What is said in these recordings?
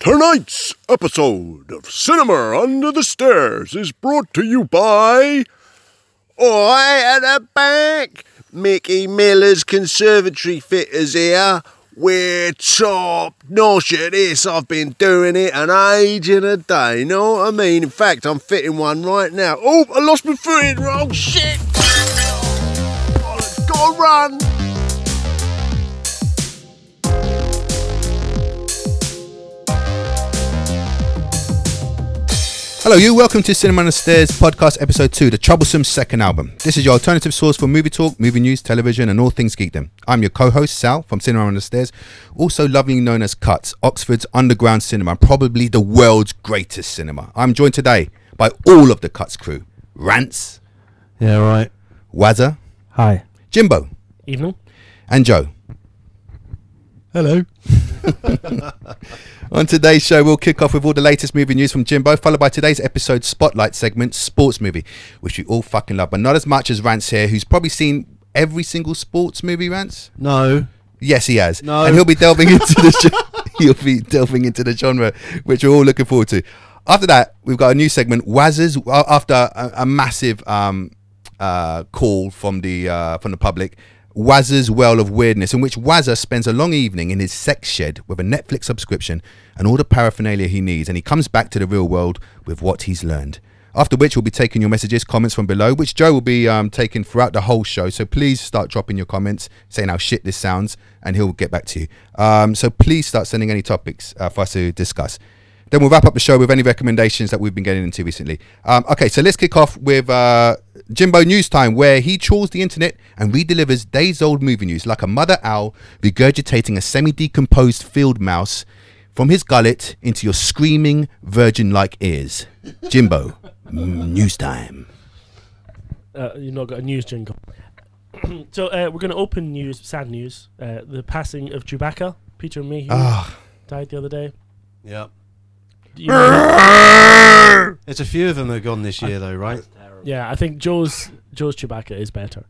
Tonight's episode of Cinema Under the Stairs is brought to you by. I at the back. Mickey Miller's Conservatory Fitters here. We're top notch at this. I've been doing it an age and a day. Know what I mean? In fact, I'm fitting one right now. Oh, I lost my footing. Oh, shit. Oh, let's go run. Hello, you. Welcome to Cinema on the Stairs podcast, episode two, the troublesome second album. This is your alternative source for movie talk, movie news, television, and all things geekdom. I'm your co-host Sal from Cinema on the Stairs, also lovingly known as Cuts, Oxford's underground cinema, probably the world's greatest cinema. I'm joined today by all of the Cuts crew: Rance, Yeah, right. Wazza, Hi. Jimbo, Evening. and Joe. Hello. On today's show, we'll kick off with all the latest movie news from Jimbo, followed by today's episode spotlight segment, Sports Movie, which we all fucking love, but not as much as Rance here, who's probably seen every single sports movie, Rance. No. Yes, he has. No. And he'll be delving into the gen- he'll be delving into the genre, which we're all looking forward to. After that, we've got a new segment, Wazzers. well, After a, a massive um, uh, call from the uh, from the public, Wazzers Well of Weirdness, in which Wazza spends a long evening in his sex shed with a Netflix subscription and all the paraphernalia he needs, and he comes back to the real world with what he's learned. After which, we'll be taking your messages, comments from below, which Joe will be um, taking throughout the whole show. So please start dropping your comments, saying how shit this sounds, and he'll get back to you. Um, so please start sending any topics uh, for us to discuss. Then we'll wrap up the show with any recommendations that we've been getting into recently. Um, okay, so let's kick off with uh, Jimbo News Time, where he trawls the internet and redelivers days old movie news like a mother owl regurgitating a semi decomposed field mouse from his gullet into your screaming virgin like ears. Jimbo, mm, news time. Uh, you've not got a news jingle. so uh, we're going to open news, sad news. Uh, the passing of Chewbacca, Peter Mayhew, Ah. died the other day. Yep. You know- There's a few of them that have gone this year, though, right? yeah, I think Joe's Joe's Chewbacca is better.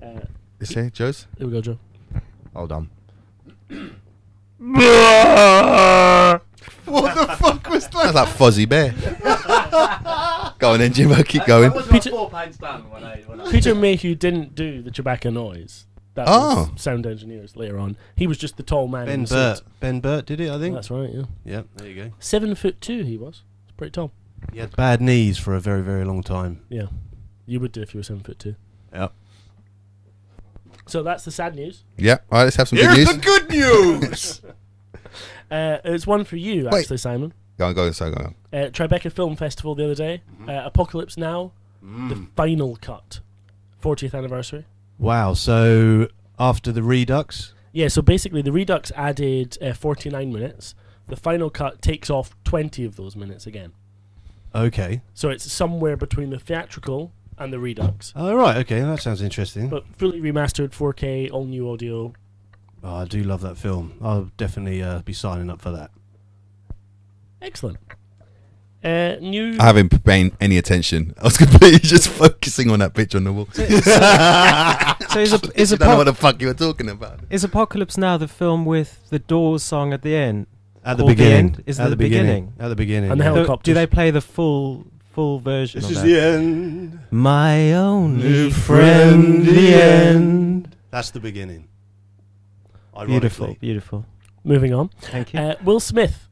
Uh, Is it, Joe's? here we go, Joe. Hold on. what the fuck was that? That's like Fuzzy Bear. go on then, Jimbo, keep going. Peter- four pints down when I, when I Peter Mayhew didn't do the Chewbacca noise. That Oh. was sound engineers later on. He was just the tall man. in Ah. Ben the suit. Burt. Ben Burt did it, I think. That's right. Yeah, Yep. There you go. seven foot two. He was. It's pretty tall. He had bad knees for a very, very long time. Yeah, you would do if you were seven foot two. Yep. So that's the sad news. Yeah, all right, let's have some good Here's news. the good news. Uh, it's one for you, Wait. actually, Simon. Go on, go on, sorry, go on. Uh, Tribeca Film Festival the other day. Uh, Apocalypse Now, the final cut, 40th anniversary. Wow. So after the Redux, Yeah, so basically the Redux added uh, 49 minutes. The final cut takes off 20 of those minutes again. okay. So it's somewhere between the theatrical and the Redux. All Oh, right. Okay. That sounds interesting. But fully remastered, 4K, all new audio. Oh, I do love that film. I'll definitely uh, be signing up for that. Excellent. Uh, new. I haven't paying any attention. I was completely just focusing on that bitch on the wall. So is, a, is, I don't know what apo- the fuck you were talking about. is Apocalypse Now the film with the Doors song at the end? At the Or the beginning. end. Is at that the the beginning? At the beginning. And the yeah. hell- Do- Helicopters. Do they play the full full version This of is that? the end. My only New friend, the end. That's the beginning. Ironically. Beautiful, beautiful. Moving on. Thank you. Uh, Will Smith.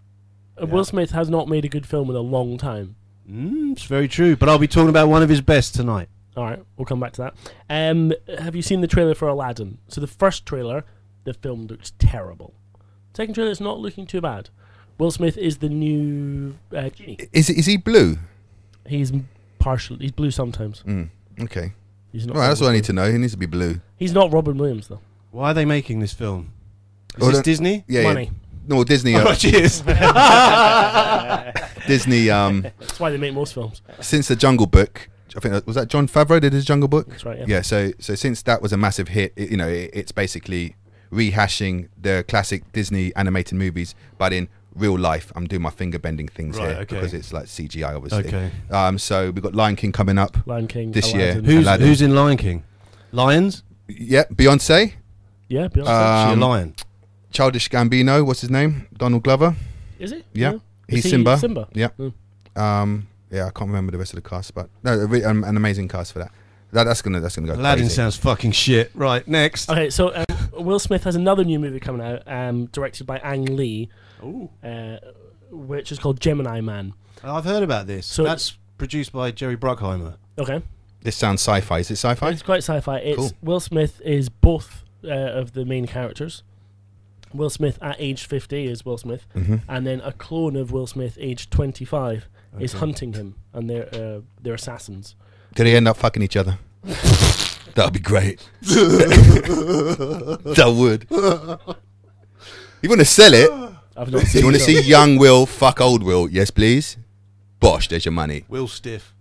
Uh, Yeah. Will Smith has not made a good film in a long time. Mm, it's very true. But I'll be talking about one of his best tonight. All right, we'll come back to that. Um, have you seen the trailer for Aladdin? So the first trailer, the film looks terrible. Second trailer, it's not looking too bad. Will Smith is the new uh, genie. Is is he blue? He's partial. He's blue sometimes. Mm, okay. He's not. All right, that's Robin what I need Williams. to know. He needs to be blue. He's not Robin Williams though. Why are they making this film? Is Oh, this don't- Disney? Yeah. Money. yeah. No, Disney. Uh, cheers. Disney. Um, That's why they make most films. since the Jungle Book, I think that- was that John Favreau did his Jungle Book. That's right. Yeah. Yeah. So so since that was a massive hit, it, you know, it, it's basically rehashing the classic Disney animated movies, but in real life. I'm doing my finger bending things Right, here okay. because it's like CGI, obviously. okay. Um. So we've got Lion King coming up. Lion King. This year. Aladdin. Who's Aladdin. who's in Lion King? Lions? Yeah. Beyonce. Yeah. Beyonce. She a Um, lion. Childish Gambino, what's his name? Donald Glover. Is he? Yeah. No? He's Is he Simba. Simba. Yeah. Mm. Um, yeah, I can't remember the rest of the cast, but no, a re- um, an amazing cast for that. that that's gonna that's gonna go. Aladdin crazy. sounds fucking shit. Right, next. Okay, so uh, Will Smith has another new movie coming out, um, directed by Ang Lee, uh, which is called Gemini Man. I've heard about this. So- That's produced by Jerry Bruckheimer. Okay, This sounds sci-fi. Is it sci-fi? it's quite sci-fi. It's Cool. Will Smith is both uh, of the main characters. Will Smith at age fifty is Will Smith, Mm-hmm. and then a clone of Will Smith, aged twenty-five, is hunting him, and they're uh, they're assassins. Did they end up fucking each other? That'd be great. that would. You want to sell it? I've not seen. You want to see young Will fuck old Will? Yes, please. Bosh, there's your money. Will Stiff.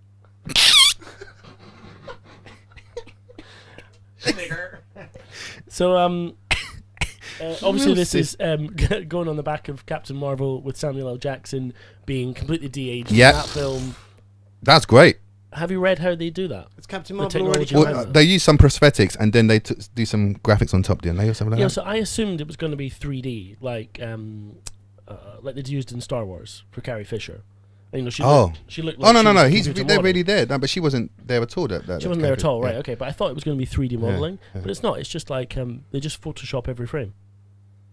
So um, uh, obviously We'll this see. is um, going on the back of Captain Marvel with Samuel L. Jackson being completely de-aged Yeah. in that film. That's great. Have you read how they do that? It's Captain The Marvel Oh, already technology- come Well, out. China. uh, they use some prosthetics and then they t- do some graphics on top, didn't they, or something like Yeah, that? so I assumed it was going to be 3D, like um, uh, like they used in Star Wars for Carrie Fisher. And, you know, she Oh. looked, she looked. Like Oh no she no was no! a He's computer they're model. really there. No, but she wasn't there at all. That, that She wasn't there at all, right? Yeah. Okay, but I thought it was going to be 3D Yeah, modeling, yeah. but it's not. It's just like um, they just Photoshop every frame.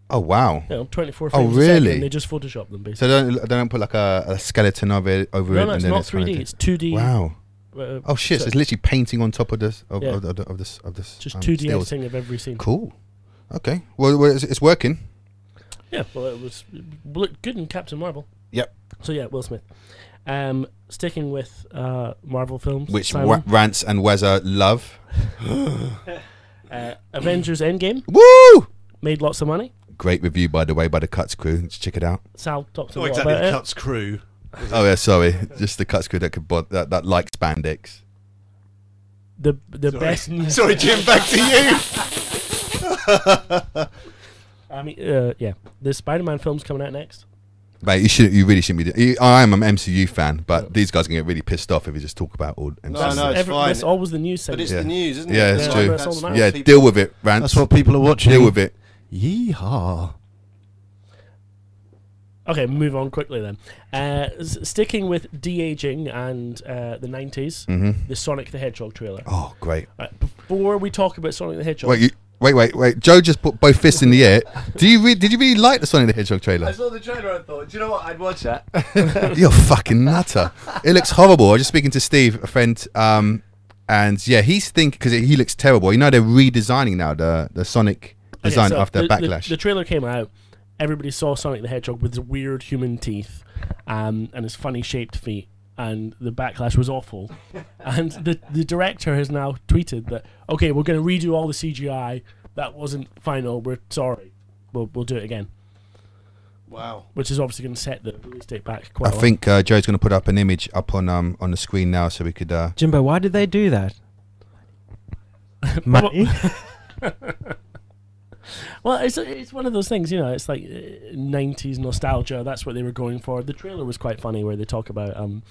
Oh wow! You know, 24 Oh, frames. a second, really? they just Photoshop them basically. So they don't, they don't put like a, a skeleton of it over no, it. no, and it's then not kind of 3D. di- It's 2D. Wow! uh, Oh shit! So, so- it's literally painting on top of this of, Yeah. of, of, of this of this. just um, 2D stills. editing of every scene. Cool. Okay. Well, well it's, it's working. Yeah, well, it was it looked good in Captain Marvel. Yep. So yeah, Will Smith. Um, sticking with uh, Marvel films, Which Simon, Wa- Rance and Wazza love. uh, Avengers Endgame Woo! made lots of money. Great review by the way by the Cuts crew. Just check it out. Sal talked It's a not lot Oh, exactly about the it. Cuts crew. Oh yeah, sorry. Just the Cuts crew that could bod- that that like spandex. The the Sorry. best news. Sorry, Jim, back to you. I mean, uh, yeah, the Spider-Man film's coming out next. Mate, you should you really shouldn't be. Doing, you, I am an MCU fan, but these guys can get really pissed off if you just talk about all MCU. No, Oh, no, it's fine. That's always the news But segment. it's Yeah. the news, isn't Yeah, it? it's That's true. what- That's all that what yeah, people- deal with it, Rance. That's what people are watching. deal with it. Yeehaw. Okay, move on quickly then. Uh, s- sticking with de aging and uh, the '90s, hmm Mm-hmm. the Sonic the Hedgehog trailer. Oh, great. Right, before we talk about Sonic the Hedgehog, Wait, you, wait, wait, wait. Joe just put both fists in the air. Do you re- did you really like the Sonic the Hedgehog trailer? saw the trailer and thought, do you know what? I'd watch that. You're a fucking nutter. It looks horrible. I was just speaking to Steve, a friend, um, and yeah, he's thinking because he looks terrible. You know they're redesigning now the the Sonic Okay, design so after the, the- Backlash. The, trailer came out. Everybody saw Sonic the Hedgehog with his weird human teeth um, and his funny shaped feet, and the backlash was awful. and the, the director has now tweeted that, okay, we're going to redo all the CGI. That wasn't final. We're sorry. We'll, we'll do it again. Wow. Which is obviously going to set the release date back quite I a lot. think uh, Joe's going to put up an image up on um on the screen now, so we could. Uh, Jimbo, why did they do that? Money. Well, it's, it's one of those things, you know, it's like uh, 90s nostalgia. That's what they were going for. The trailer was quite funny where they talk about. um.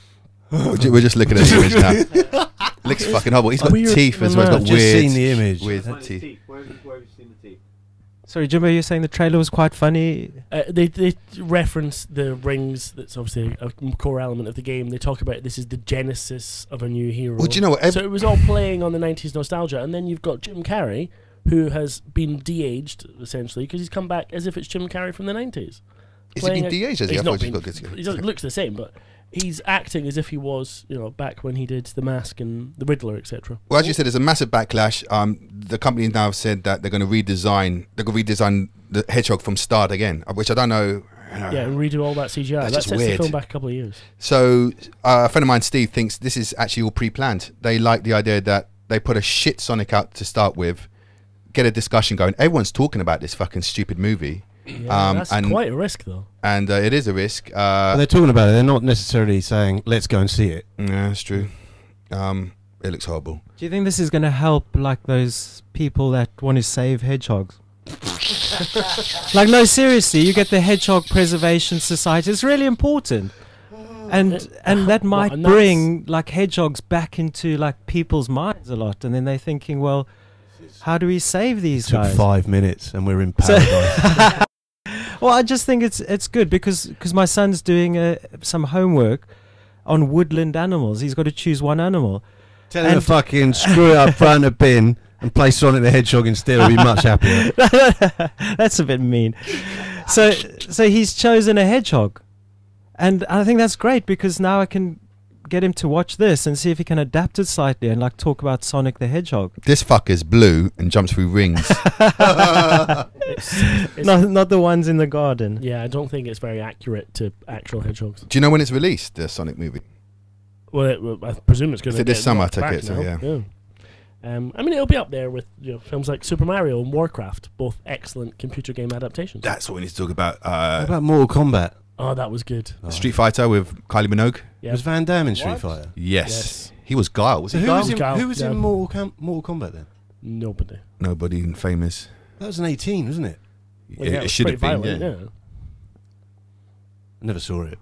we're ju- we're just looking at the image now. looks fucking horrible. He's got Weird teeth as well. He's I've got just weird, seen the image. weird teeth. Where have, you, where have you seen the teeth? Sorry, Jimbo, you're saying the trailer was quite funny. Uh, they they reference the rings. That's obviously a core element of the game. They talk about this is the genesis of a new hero. Well, do you know what? Ev- so it was all playing on the '90s nostalgia, and then you've got Jim Carrey, who has been de-aged essentially because he's come back as if it's Jim Carrey from the '90s. Is he playing been a- DH? Has he? He's I not thought he's been. got good skin. He doesn't, looks the same, but he's acting as if he was, you know, back when he did The Mask and The Riddler, etc. Well, as you said, there's a massive backlash. Um, the company now have said that they're going to redesign. They're going to redesign the hedgehog from start again, uh, which I don't know. Yeah, and redo all that CGI. Ah. That's that just sets the weird. film back a couple of years. So uh, a friend of mine, Steve, thinks this is actually all pre-planned. They like the idea that they put a shit Sonic out to start with, get a discussion going. Everyone's talking about this fucking stupid movie, Yeah, Um, that's and- quite a risk, though. and uh, it is a risk. But Uh, they're talking about it. They're not necessarily saying, let's go and see it. yeah, that's true. Um, it looks horrible. Do you think this is going to help, like those people that want to save hedgehogs? like, no, seriously, you get the Hedgehog Preservation Society. It's really important, and and that uh, Well, might and that's- bring like hedgehogs back into like people's minds a lot, and then they're thinking, well, how do we save these took guys? five minutes and we're in So- paradise. Well, I just think it's it's good because because my son's doing uh, some homework on woodland animals. He's got to choose one animal. Tell him to And- fucking screw it up, throw it in a bin, and play Sonic the Hedgehog instead. He'll be much happier. that's a bit mean. So so he's chosen a hedgehog, and I think that's great because now I can get him to watch this and see if he can adapt it slightly and like talk about Sonic the Hedgehog. This fucker's blue and jumps through rings. It's- Not not the ones in the garden. Yeah, I don't think it's very accurate to actual hedgehogs. Do you know when it's released, the Sonic movie? Well, it, well I presume it's going Is to it this summer, I take back it, so now. yeah. Um, I mean, it'll be up there with you know, films like Super Mario and Warcraft, both excellent computer game adaptations. That's what we need to talk about. What Uh, about Mortal Kombat? oh, that was good. Street Fighter with Kylie Minogue. Yeah. Was Van Damme in Street Fighter? Yes. Yes. He was Guile, was So he? who Guile? was in, Guile, who was yeah. in Mortal, Com- Mortal Kombat then? Nobody. Nobody famous. That was an 18, wasn't it? Well, yeah, it it was should have pretty been. violent, yeah. yeah. I never saw it.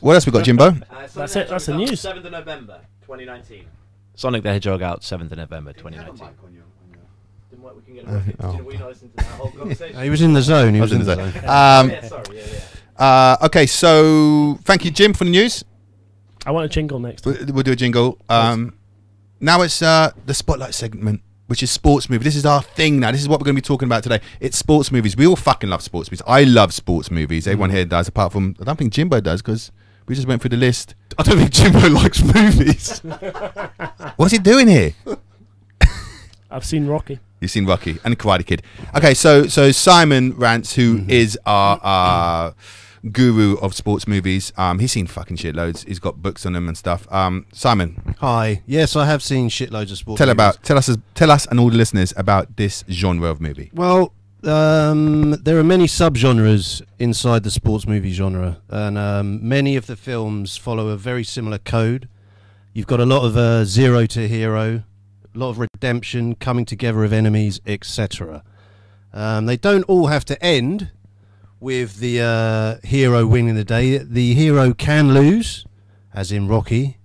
What else we got, Jimbo? Um, Uh, Sonic That's the it, that's the Hedgehog out news. 7th of November, 2019. Sonic the Hedgehog out 7th of November Didn't have a 2019. mic on you, on you. Didn't work, we can get a mic. oh. Did we not listen to that whole Uh, conversation? he was in the zone. He I was, in the didn't zone. say. Um, yeah, sorry, yeah, yeah. uh, okay, so thank you, Jim, for the news. I want a jingle next. We'll, we'll do a jingle. Um, now it's uh, the spotlight segment, which is sports movie. This is our thing now. This is what we're going to be talking about today. It's sports movies. We all fucking love sports movies. I love sports movies. Mm. Everyone here does, apart from I don't think Jimbo does because we just went through the list. I don't think Jimbo likes movies. What's he doing here? I've seen Rocky. You've seen Rocky and Karate Kid. Okay, so so Simon Rance, who is Mm-hmm. our uh, guru of sports movies, um, he's seen fucking shitloads. He's got books on them and stuff. Um, Simon, Hi. Yes, I have seen shitloads of sports. tell movies. about tell us tell us and all the listeners about this genre of movie. Well, um, there are many subgenres inside the sports movie genre, and um, many of the films follow a very similar code. You've got a lot of uh, zero to hero, a lot of redemption, coming together of enemies, etc. Um, they don't all have to end with the uh, hero winning the day. The hero can lose, as in Rocky,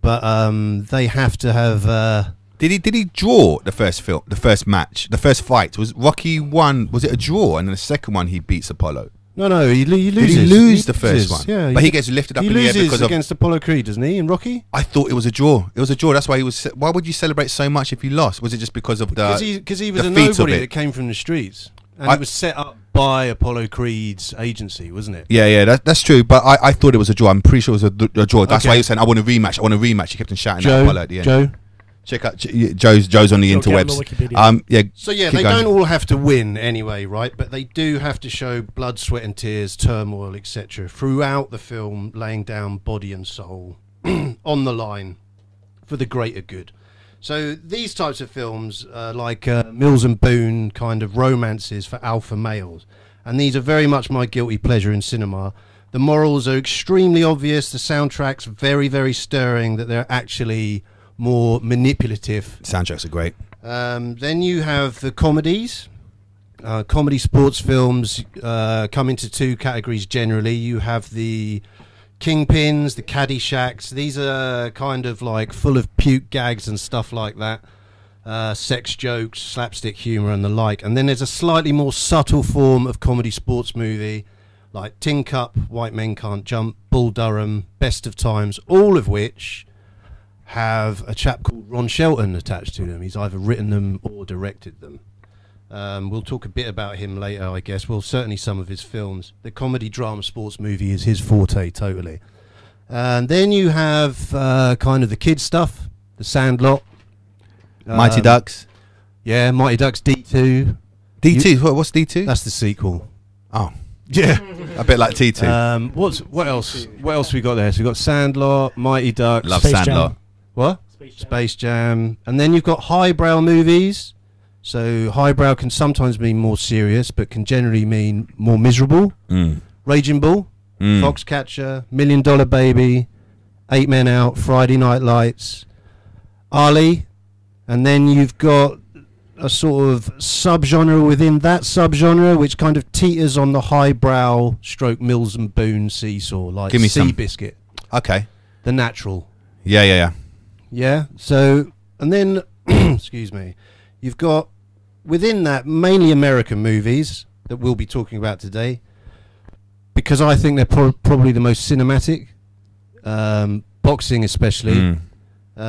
but um, they have to have. Uh, Did he did he draw the first film, the first match, the first fight? Was Rocky one? Was it a draw? And then the second one, he beats Apollo. No, no, he, lo- he Did loses. he lose the loses, first one? Yeah, but he gets lifted up he in the air loses because of. against Apollo Creed, doesn't he? In Rocky, I thought it was a draw. It was a draw. That's why he was. Why would you celebrate so much if you lost? Was it just because of the? because he, 'cause he was Uh, the a feat of nobody it. that came from the streets, and I- it was set up by Apollo Creed's agency, wasn't it? Yeah, yeah, that, that's true. But I, I thought it was a draw. I'm pretty sure it was a, a draw. That's Okay. why he was saying, "I want a rematch. I want a rematch." He kept on shouting at Apollo at the end. Joe. Check out J- yeah, Joe's Joe's on the Go get on the interwebs. Wikipedia. um, yeah. So yeah, keep they going. don't all have to win anyway, right? But they do have to show blood, sweat, and tears, turmoil, etc. Throughout the film, laying down body and soul on the line for the greater good. So these types of films, uh, like uh, Mills and Boone, kind of romances for alpha males, and these are very much my guilty pleasure in cinema. The morals are extremely obvious. The soundtrack's very, very stirring. That they're actually more manipulative Soundtracks are great. um, then you have the comedies. Uh, comedy sports films uh, come into two categories generally. You have the kingpins, the caddyshack. These are kind of like full of puke gags and stuff like that, uh, sex jokes, slapstick humor, and the like. And then there's a slightly more subtle form of comedy sports movie, like Tin Cup, White Men Can't Jump, Bull Durham, Best of Times, all of which have a chap called Ron Shelton attached to them. He's either written them or directed them. Um, we'll talk a bit about him later, I guess. Well, certainly some of his films. The comedy, drama, sports movie is his forte, totally. And then you have uh, kind of the kid stuff, The Sandlot, Mighty Um, Ducks. Yeah, Mighty Ducks D2. D two. What, what's D two? That's the sequel. Oh, Yeah. a bit like T two. Um, what's what else? What else we got there? So we got Sandlot, Mighty Ducks. Love Space Sandlot. Jam. What? Space Jam. Space Jam, and then you've got highbrow movies. So highbrow can sometimes mean more serious, but can generally mean more miserable. Mm. Raging Bull, Mm. Foxcatcher, Million Dollar Baby, Eight Men Out, Friday Night Lights, Ali, and then you've got a sort of subgenre within that subgenre, which kind of teeters on the highbrow stroke Mills and Boone seesaw, like Give me some. Seabiscuit, Okay. The Natural. Yeah, yeah, yeah. Yeah. So, and then, excuse me, you've got within that mainly American movies, that we'll be talking about today because I think they're pro- probably the most cinematic. Um, boxing, especially, Mm.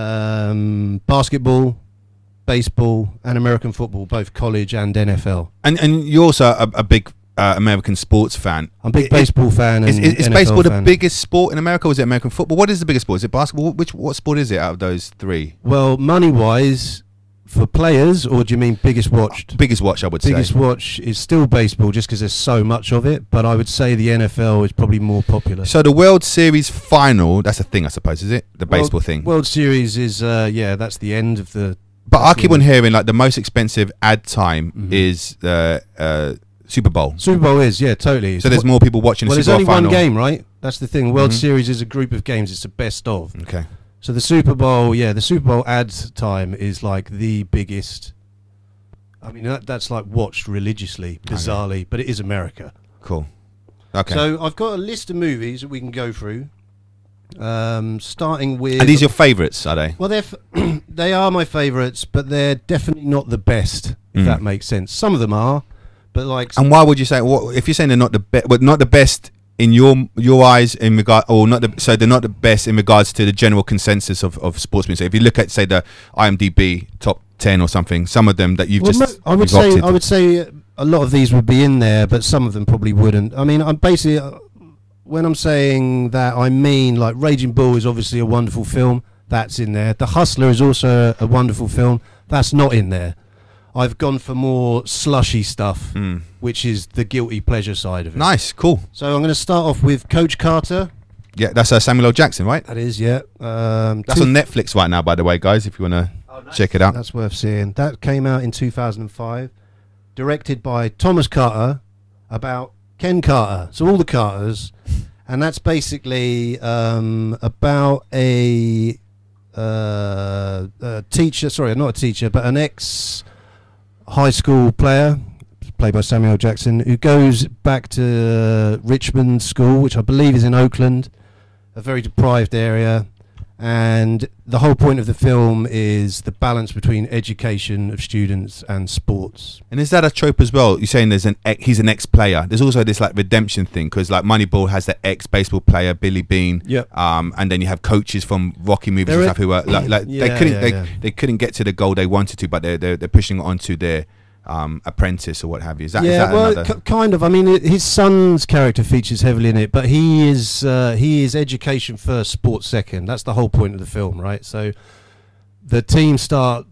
um, basketball, baseball, and American football, both college and NFL. And and you're also a, a big uh, American sports fan. I'm a big It- baseball fan. And Is, is, is NFL baseball the fan. biggest sport in America? Or is it American football? What is the biggest sport? Is it basketball? Which what sport is it out of those three? Well, money wise, for players, or do you mean biggest watched? Biggest watch, I would biggest say. watch is still baseball just because there's so much of it but i would say the nfl is probably more popular So the World Series final. That's a thing, I suppose, is it? The World- baseball thing. world series is uh yeah that's the end of the but I keep Absolutely. on hearing like the most expensive ad time Mhm. is the uh, Super Bowl. super bowl is yeah totally So there's more people watching the well there's Super Bowl only final. one game right that's the thing world Mhm. series is a group of games it's the best of Okay. so the super bowl yeah the super bowl ad time is like the biggest i mean that, that's like watched religiously bizarrely but it is america Cool. Okay. so i've got a list of movies that we can go through um starting with Are these your favourites? Are they? Well, they're f- they are my favourites, but they're definitely not the best. If Mm. that makes sense, some of them are, but like And why would you say? What if you're saying they're not the best? But not the best in your your eyes in regard, or not the so they're not the best in regards to the general consensus of of sports music. If you look at say the IMDb top ten or something, some of them that you've Well, just mo- I would you've say opted- I would say uh, a lot of these would be in there, but some of them probably wouldn't. I mean, I'm basically uh, when I'm saying that, I mean like Raging Bull is obviously a wonderful film. That's in there. The Hustler is also a wonderful film. That's not in there. I've gone for more slushy stuff, Mm. which is the guilty pleasure side of it. nice, cool. So I'm going to start off with Coach Carter. Yeah, that's uh, Samuel L. Jackson, right? That is, yeah. Um, That's two- on Netflix right now, by the way, guys. If you want to Oh, nice. check it out, that's worth seeing. That came out in 2005, directed by Thomas Carter, about Ken Carter. So all the Carters, and that's basically um, about a, uh, a teacher. Sorry, not a teacher, but an ex high school player. Played by Samuel Jackson, who goes back to Richmond School, which I believe is in Oakland, a very deprived area, and the whole point of the film is the balance between education of students and sports. and is that a trope as well? You're saying there's an ex, he's an ex-player. There's also this like redemption thing because like Moneyball has the ex-baseball player Billy Bean, Yep. um, and then you have coaches from Rocky movies There and is- stuff who were like, like they Yeah, couldn't yeah, they, yeah. they couldn't get to the goal they wanted to, but they're they're, they're pushing it onto their um, apprentice or what have you. Is that is yeah, that well, another? k- kind of. I mean, i his son's character features heavily in it, but he is uh, he is education first, sports second. That's the whole point of the film, right? So the team start.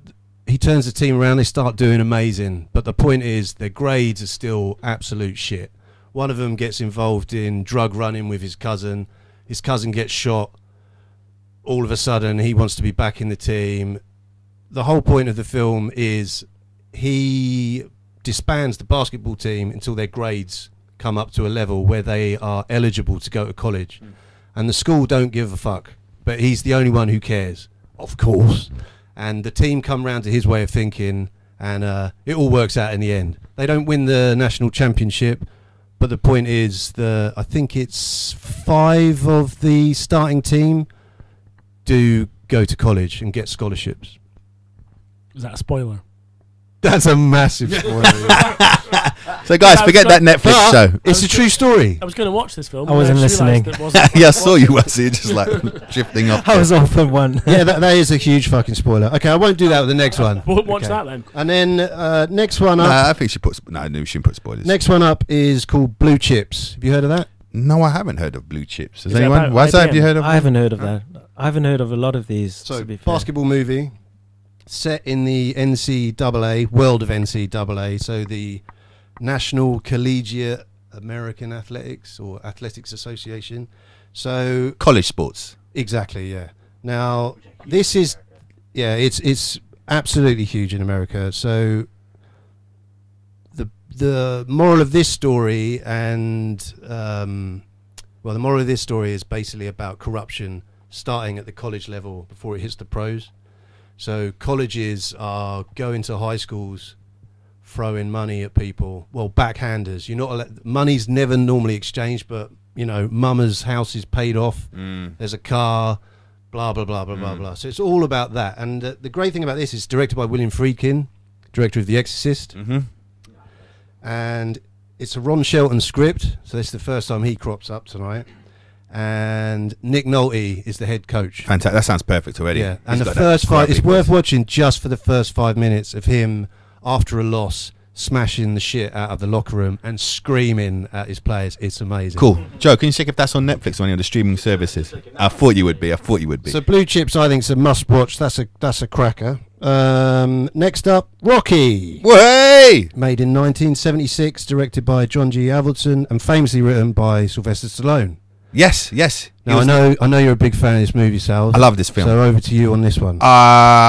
He turns the team around. They start doing amazing, but the point is their grades are still absolute shit. One of them gets involved in drug running with his cousin. His cousin gets shot. All of a sudden, he wants to be back in the team. The whole point of the film is he disbands the basketball team until their grades come up to a level where they are eligible to go to college. And the school don't give a fuck, but he's the only one who cares, of course. And the team come round to his way of thinking, and uh, it all works out in the end. They don't win the national championship, but the point is the I think it's five of the starting team do go to college and get scholarships. Is that a spoiler? That's a massive spoiler. so guys, I've forget that got- Netflix show. it's a true story. I was going to watch this film. I wasn't and I just realised listening. it wasn't- yeah, I saw you. I see you just like drifting off. I was off on one. yeah, that, that is a huge fucking spoiler. Okay, I won't do that with the next one. Won't watch Okay. that then. And then uh, next one up, Nah, I think she puts. No, I knew she shouldn't put spoilers. next one up is called Blue Chips. Have you heard of that? No, I haven't heard of Blue Chips. Has Is that anyone? about What's that? Have you IBM? heard of? I haven't heard of that. I haven't heard of a lot of these. So to be fair. basketball movie set in the NCAA world of NCAA, so the National Collegiate American Athletics or Athletics Association. So College sports. Exactly, yeah. Now this is yeah, it's it's absolutely huge in America. So the the moral of this story and um, well, the moral of this story is basically about corruption starting at the college level before it hits the pros. So colleges are going to high schools, throwing money at people. Well, backhanders. You're not allowed, money's never normally exchanged, but you know, mama's house is paid off there's a car, blah blah blah blah Mm. blah blah. So it's all about that. And uh, the great thing about this Mm. Mm-hmm. is directed by William Friedkin, director of The Exorcist, Mm-hmm. and it's a Ron Shelton script, so this is the first time he crops up tonight. And Nick Nolte is the head coach. Fantastic. That sounds perfect already. Yeah, He's and the got that first five. great It's big worth voice. watching just for the first five minutes of him after a loss, smashing the shit out of the locker room and screaming at his players. It's amazing. Cool. Joe, can you check if that's on Netflix or any of the streaming services? I thought you would be. I thought you would be. So blue chips, I think, is a must-watch. That's a that's a cracker. Um, next up, Rocky. Way! made in 1976, directed by John G. Avildsen, and famously written by Sylvester Stallone. Yes, yes. He Now I was- know I know you're a big fan of this movie, Sal. I love this film. So over to you on this one. Uh,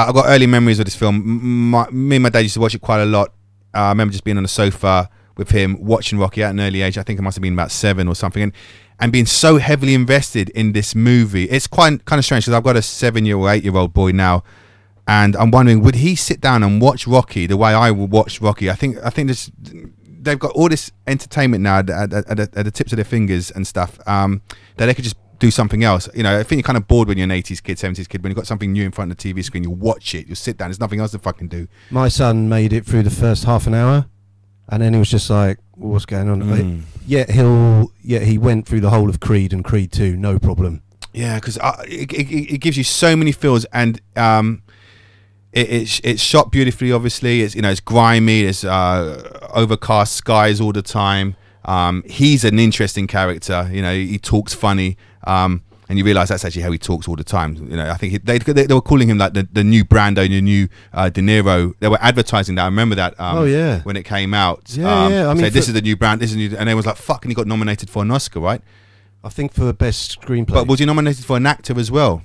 I've got early memories of this film. M- My, me and my dad used to watch it quite a lot. Uh, I remember just being on the sofa with him watching Rocky at an early age. I think I must have been about seven or something, and and being so heavily invested in this movie. It's quite kind of strange because I've got a seven year or eight year old boy now, and I'm wondering would he sit down and watch Rocky the way I would watch Rocky? I think I think this they've got all this entertainment now at, at, at, at the tips of their fingers and stuff um, that they could just do something else. You know, I think you're kind of bored when you're an 80s kid, 70s kid. When you've got something new in front of the TV screen, you watch it, you sit down. There's nothing else to fucking do. My son made it through the first half an hour, and then he was just like, "What's going on?" Mm. Like, Yet he'll yet he went through the whole of Creed and Creed Two, no problem. Yeah, because it, it, it gives you so many feels, and um, it, it's it's shot beautifully. Obviously, it's you know it's grimy, it's uh, overcast skies all the time. Um, he's an interesting character. You know, he talks funny, um, and you realise that's actually how he talks all the time. You know, I think he, they, they they were calling him like the, the new Brando, the new uh, De Niro. They were advertising that. I remember that. Um, Oh, yeah. when it came out. Yeah, um, yeah, I mean, say, this for- is the new brand. This is the new, and everyone's like, "Fuck!" And he got nominated for an Oscar, right? I think for best screenplay. But was he nominated for an actor as well?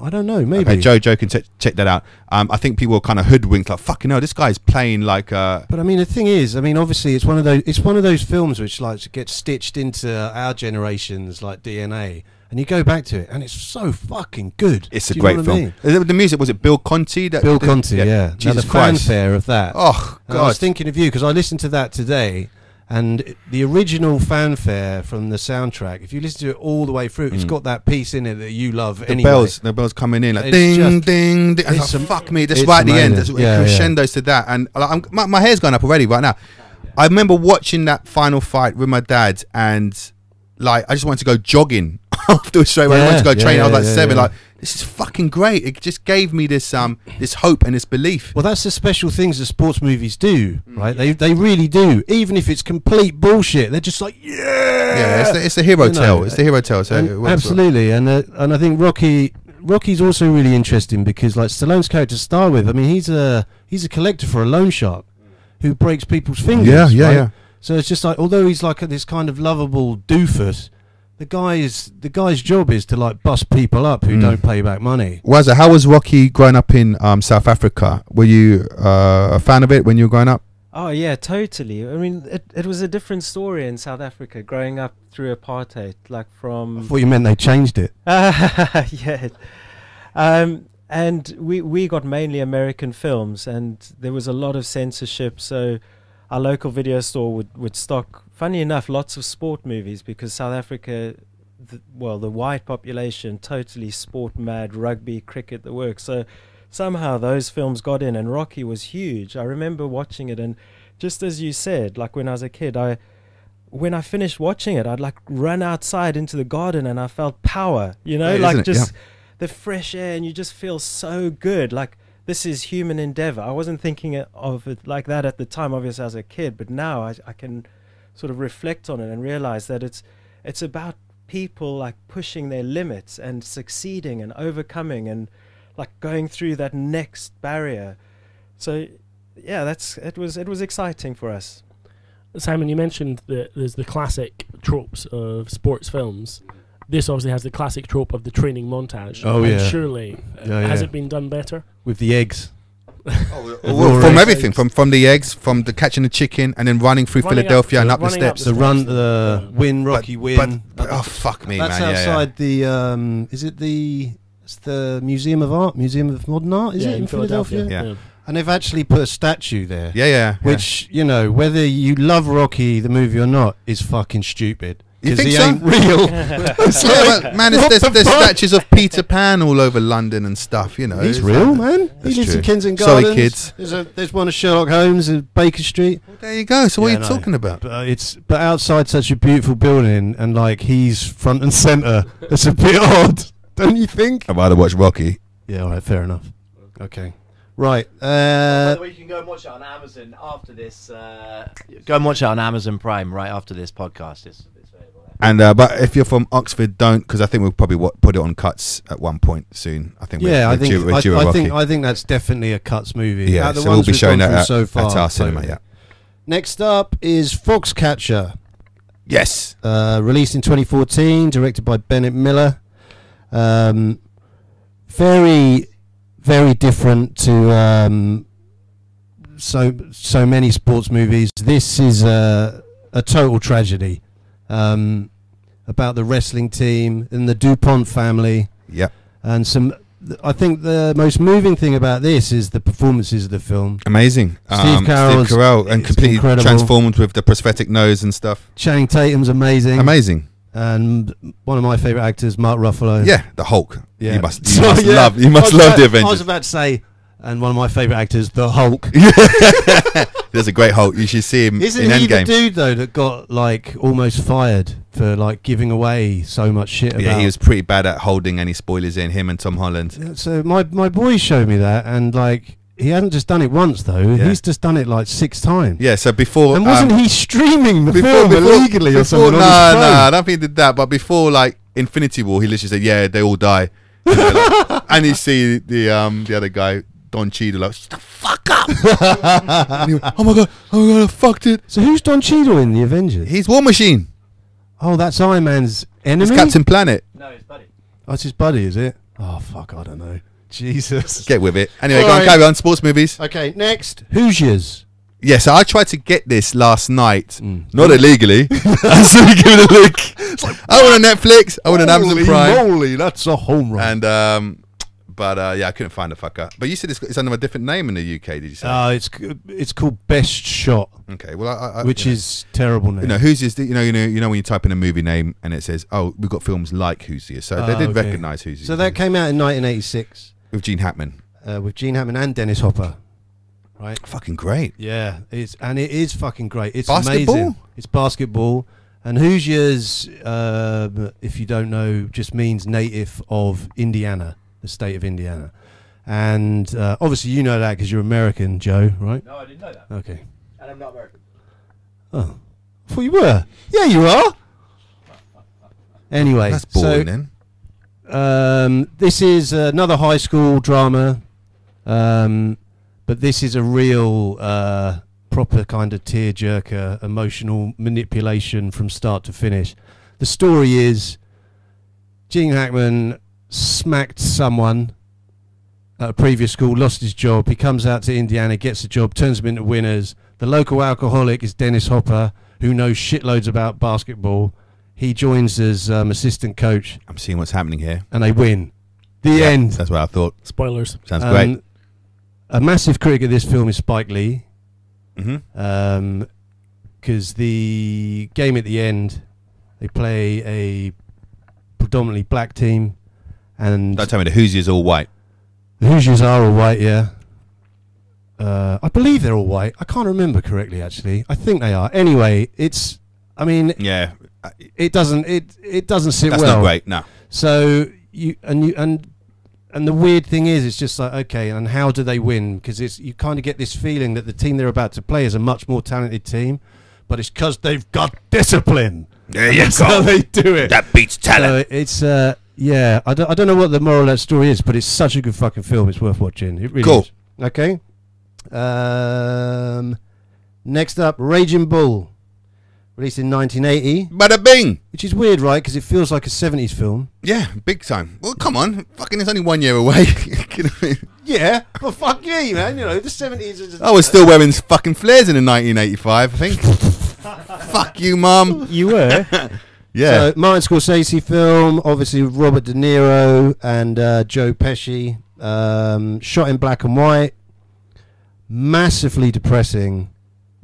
I don't know. Maybe. Okay, Joe, Joe can check check that out. Um, I think people were kind of hoodwinked, like fucking no, this guy's playing like uh, But I mean, the thing is, I mean, obviously, it's one of those. It's one of those films which like gets stitched into our generations, like DNA, and you go back to it, and it's so fucking good. it's a Do you know great what I film. mean? Is it- The music was it Bill Conti? That Bill did- Conti, yeah. Now, Jesus the Christ. fanfare of that. Oh And I was god, thinking of you because I listened to that today, and it- the original fanfare from the soundtrack. If you listen to it all the way through, it's got that piece in it that you love. Mm. the anyway. bells, the bells coming in, like It's ding, just- ding, ding. I it's was like, am- fuck me, this it's right at the end. That's amazing. it Yeah, yeah. crescendos to that, and like, I'm, my, my hair's going up already right now. I remember watching that final fight with my dad, and like I just wanted to go jogging after straight away. I wanted to go Yeah, train. I was yeah, like yeah, seven, yeah. like this is fucking great. It just gave me this um this hope and this belief. Well, that's the special things that sports movies do, right? They they really do. Even if it's complete bullshit, they're just like, yeah, Yeah, it's the, it's the hero You know, tale. It's the hero tale. So And it works well. absolutely, and uh, and I think Rocky Rocky's also really interesting because like Stallone's character to start with, I mean he's a he's a collector for a loan shark who breaks people's fingers. Yeah, yeah, right? yeah. So it's just like although he's like this kind of lovable doofus, the guy's the guy's job is to like bust people up Hmm. who don't pay back money. Wazza, how was Rocky growing up in um, South Africa? Were you uh, a fan of it when you were growing up? Oh yeah, totally. I mean, it, it was a different story in South Africa growing up through apartheid, like I from thought you meant they changed it. yeah. Um, and we we got mainly American films, and there was a lot of censorship. So our local video store would would stock, funny enough, lots of sport movies because South Africa, the, well, the white population totally sport mad, rugby, cricket, the work. So somehow those films got in, and Rocky was huge. I remember watching it, and just as you said, like when I was a kid, I when I finished watching it, I'd like run outside into the garden and I felt power, you know, Yeah, isn't like it? just the fresh air and you just feel so good. Like this is human endeavor. I wasn't thinking it- of it like that at the time, obviously as a kid, but now I, I can sort of reflect on it and realize that it's it's about people like pushing their limits and succeeding and overcoming and like going through that next barrier. So yeah, that's it was it was exciting for us. Simon, you mentioned that there's the classic tropes of sports films. This obviously has the classic trope of the training montage. Oh, and yeah. Surely, uh, Yeah, has yeah. it been done better? With the eggs. Well, from everything, from from the eggs, from the catching the chicken, and then running throrough Running up- Philadelphia and up the running up steps. The run, the win, Rocky but, win. But, but- oh fuck me, That's man! Yeah, yeah. outside the. Um, is it the? It's the Museum of Art, Museum of Modern Art. Is Yeah, it in, Philadelphia? Yeah. And they've actually put a statue there, Yeah, yeah. yeah. which you know, whether you love Rocky the movie or not, is fucking stupid. You 'Cause think he so? ain't real. Yeah, but man, it's, there's, there's statues of Peter Pan all over London and stuff. You know, He's It's real, like- man. He That's lives in true. Kensington Sorry, Gardens. kids. There's, a, there's one of Sherlock Holmes in Baker Street. There you go. So what are Yeah, you no. talking about? But uh, it's but outside such a beautiful building, and like he's front and center. It's a bit odd, don't you think? I'd rather watch Rocky. Yeah, all right, fair enough. Okay, right. By Uh, the way, you can go and watch it on Amazon after this. Uh, go and watch it on Amazon Prime right after this podcast. It's, it's available there. And uh, but if you're from Oxford, don't because I think we'll probably wa put it on cuts at one point soon. I think. we're- yeah, I we're think due- we're due a I, I Rocky. think I think that's definitely a cuts movie. yeah, Out of the so we'll ones be we've showing gone that through at, so far. at our so- cinema. Yeah. Next up is Foxcatcher. Yes. uh, released in 2014, directed by Bennett Miller. Um, very, very different to um, so so many sports movies. This is a a total tragedy um, about the wrestling team and the Dupont family Yep. and some. I think the most moving thing about this is the performances of the film. Amazing. Um, Steve Carell's- Steve Carell and it's completely incredible. transformed with the prosthetic nose and stuff. Channing Tatum's amazing, Amazing. and one of my favorite actors, Mark Ruffalo. Yeah, the Hulk. Yeah. You must, you So, must yeah, love. You I was must love about- the I was Avengers. about to say, and one of my favourite actors, the Hulk. There's a great Hulk. You should see him Isn't in he the Endgame. dude though that got like almost fired for like giving away so much shit about? yeah, he was pretty bad at holding any spoilers in. Him and Tom Holland. So my my boy showed me that, and like he hasn't just done it once though. Yeah. He's just done it like six times. Yeah. So before And wasn't um, he streaming the before, film before, illegally before, or something? Nah, on his phone? nah, I don't think he did that. But before like Infinity War, he literally said, "Yeah, they all die," You know, like- and you see the um the other guy Don Cheadle like, "Shut the fuck up!" And he went, oh my god, oh my god, I fucked it. So who's Don Cheadle in the Avengers? He's War Machine. Oh, that's Iron Man's enemy. He's Captain Planet. No, his buddy. Oh, it's his buddy, is it? Oh fuck, I don't know. Jesus. Get with it. Anyway, go on, Alright. carry on. Sports movies. Okay, next, Hoosiers. Yeah, so I tried to get this last night, Mm. not illegally. I said, give it a look. I want a Netflix. I want an Amazon Prime. moly, that's a home run. And um, but uh, yeah, I couldn't find the fucker. But you said it's, it's under a different name in the UK. Did you say? uh, it's c- it's called Best Shot, okay. Well, I, I, I- which you know, is terrible now. you know who's is you know you know you know when you type in a movie name and it says oh we've got films like Who's Here, so they Oh, did okay. recognize Who's Here so that came out in 1986 with Gene Hackman. uh, with Gene Hammond and Dennis Hopper. Fucking great. Yeah, it's and it is fucking great. It's Basketball? amazing. It's basketball. And Hoosiers, um, if you don't know, just means native of Indiana, the state of Indiana. And uh, obviously, you know that because you're American, Joe, right? No, I didn't know that. Okay. And I'm not American. Oh, I thought you were. Yeah, you are. Anyway, That's boring. then so um, this is another high school drama, um, but this is a real uh, proper kind of tearjerker, emotional manipulation from start to finish. The story is Gene Hackman smacked someone at a previous school, lost his job. He comes out to Indiana, gets a job, turns them into winners. The local alcoholic is Dennis Hopper, who knows shitloads about basketball. He joins as um, assistant coach, I'm seeing what's happening here. and they win. The Yeah, end. That's what I thought. Spoilers. Sounds Um, great. A massive critic of this film is Spike Lee, hmm because the game at the end, they play a predominantly black team, and Don't tell me the Who's Here's all white. The Hoosiers are all white, yeah. Uh, I believe they're all white. I can't remember correctly, actually. I think they are. Anyway, it's. I mean, Yeah, it doesn't. It it doesn't sit that's well. not great. No. So you and you and and the weird thing is, it's just like okay, and how do they win? Because it's you kind of get this feeling that the team they're about to play is a much more talented team, but it's because they've got discipline. There you That's how they do it. That beats talent. So it's uh yeah, I don't, I don't know what the moral of that story is, but it's such a good fucking film. It's worth watching. It really Cool. is. Okay. Um, next up, Raging Bull, released in 1980, Bada bing. which is weird, right? Because it feels like a 70s film. Yeah, big time. Well, come on, fucking, it's only one year away. You know what I mean? Yeah, well, fuck you, man. You know the 70s. Is I was Oh, still wearing fucking flares in 1985. I think. Fuck you, mum. You were. Yeah. So, Martin Scorsese film, obviously with Robert De Niro and uh, Joe Pesci, um, shot in black and white. Massively depressing,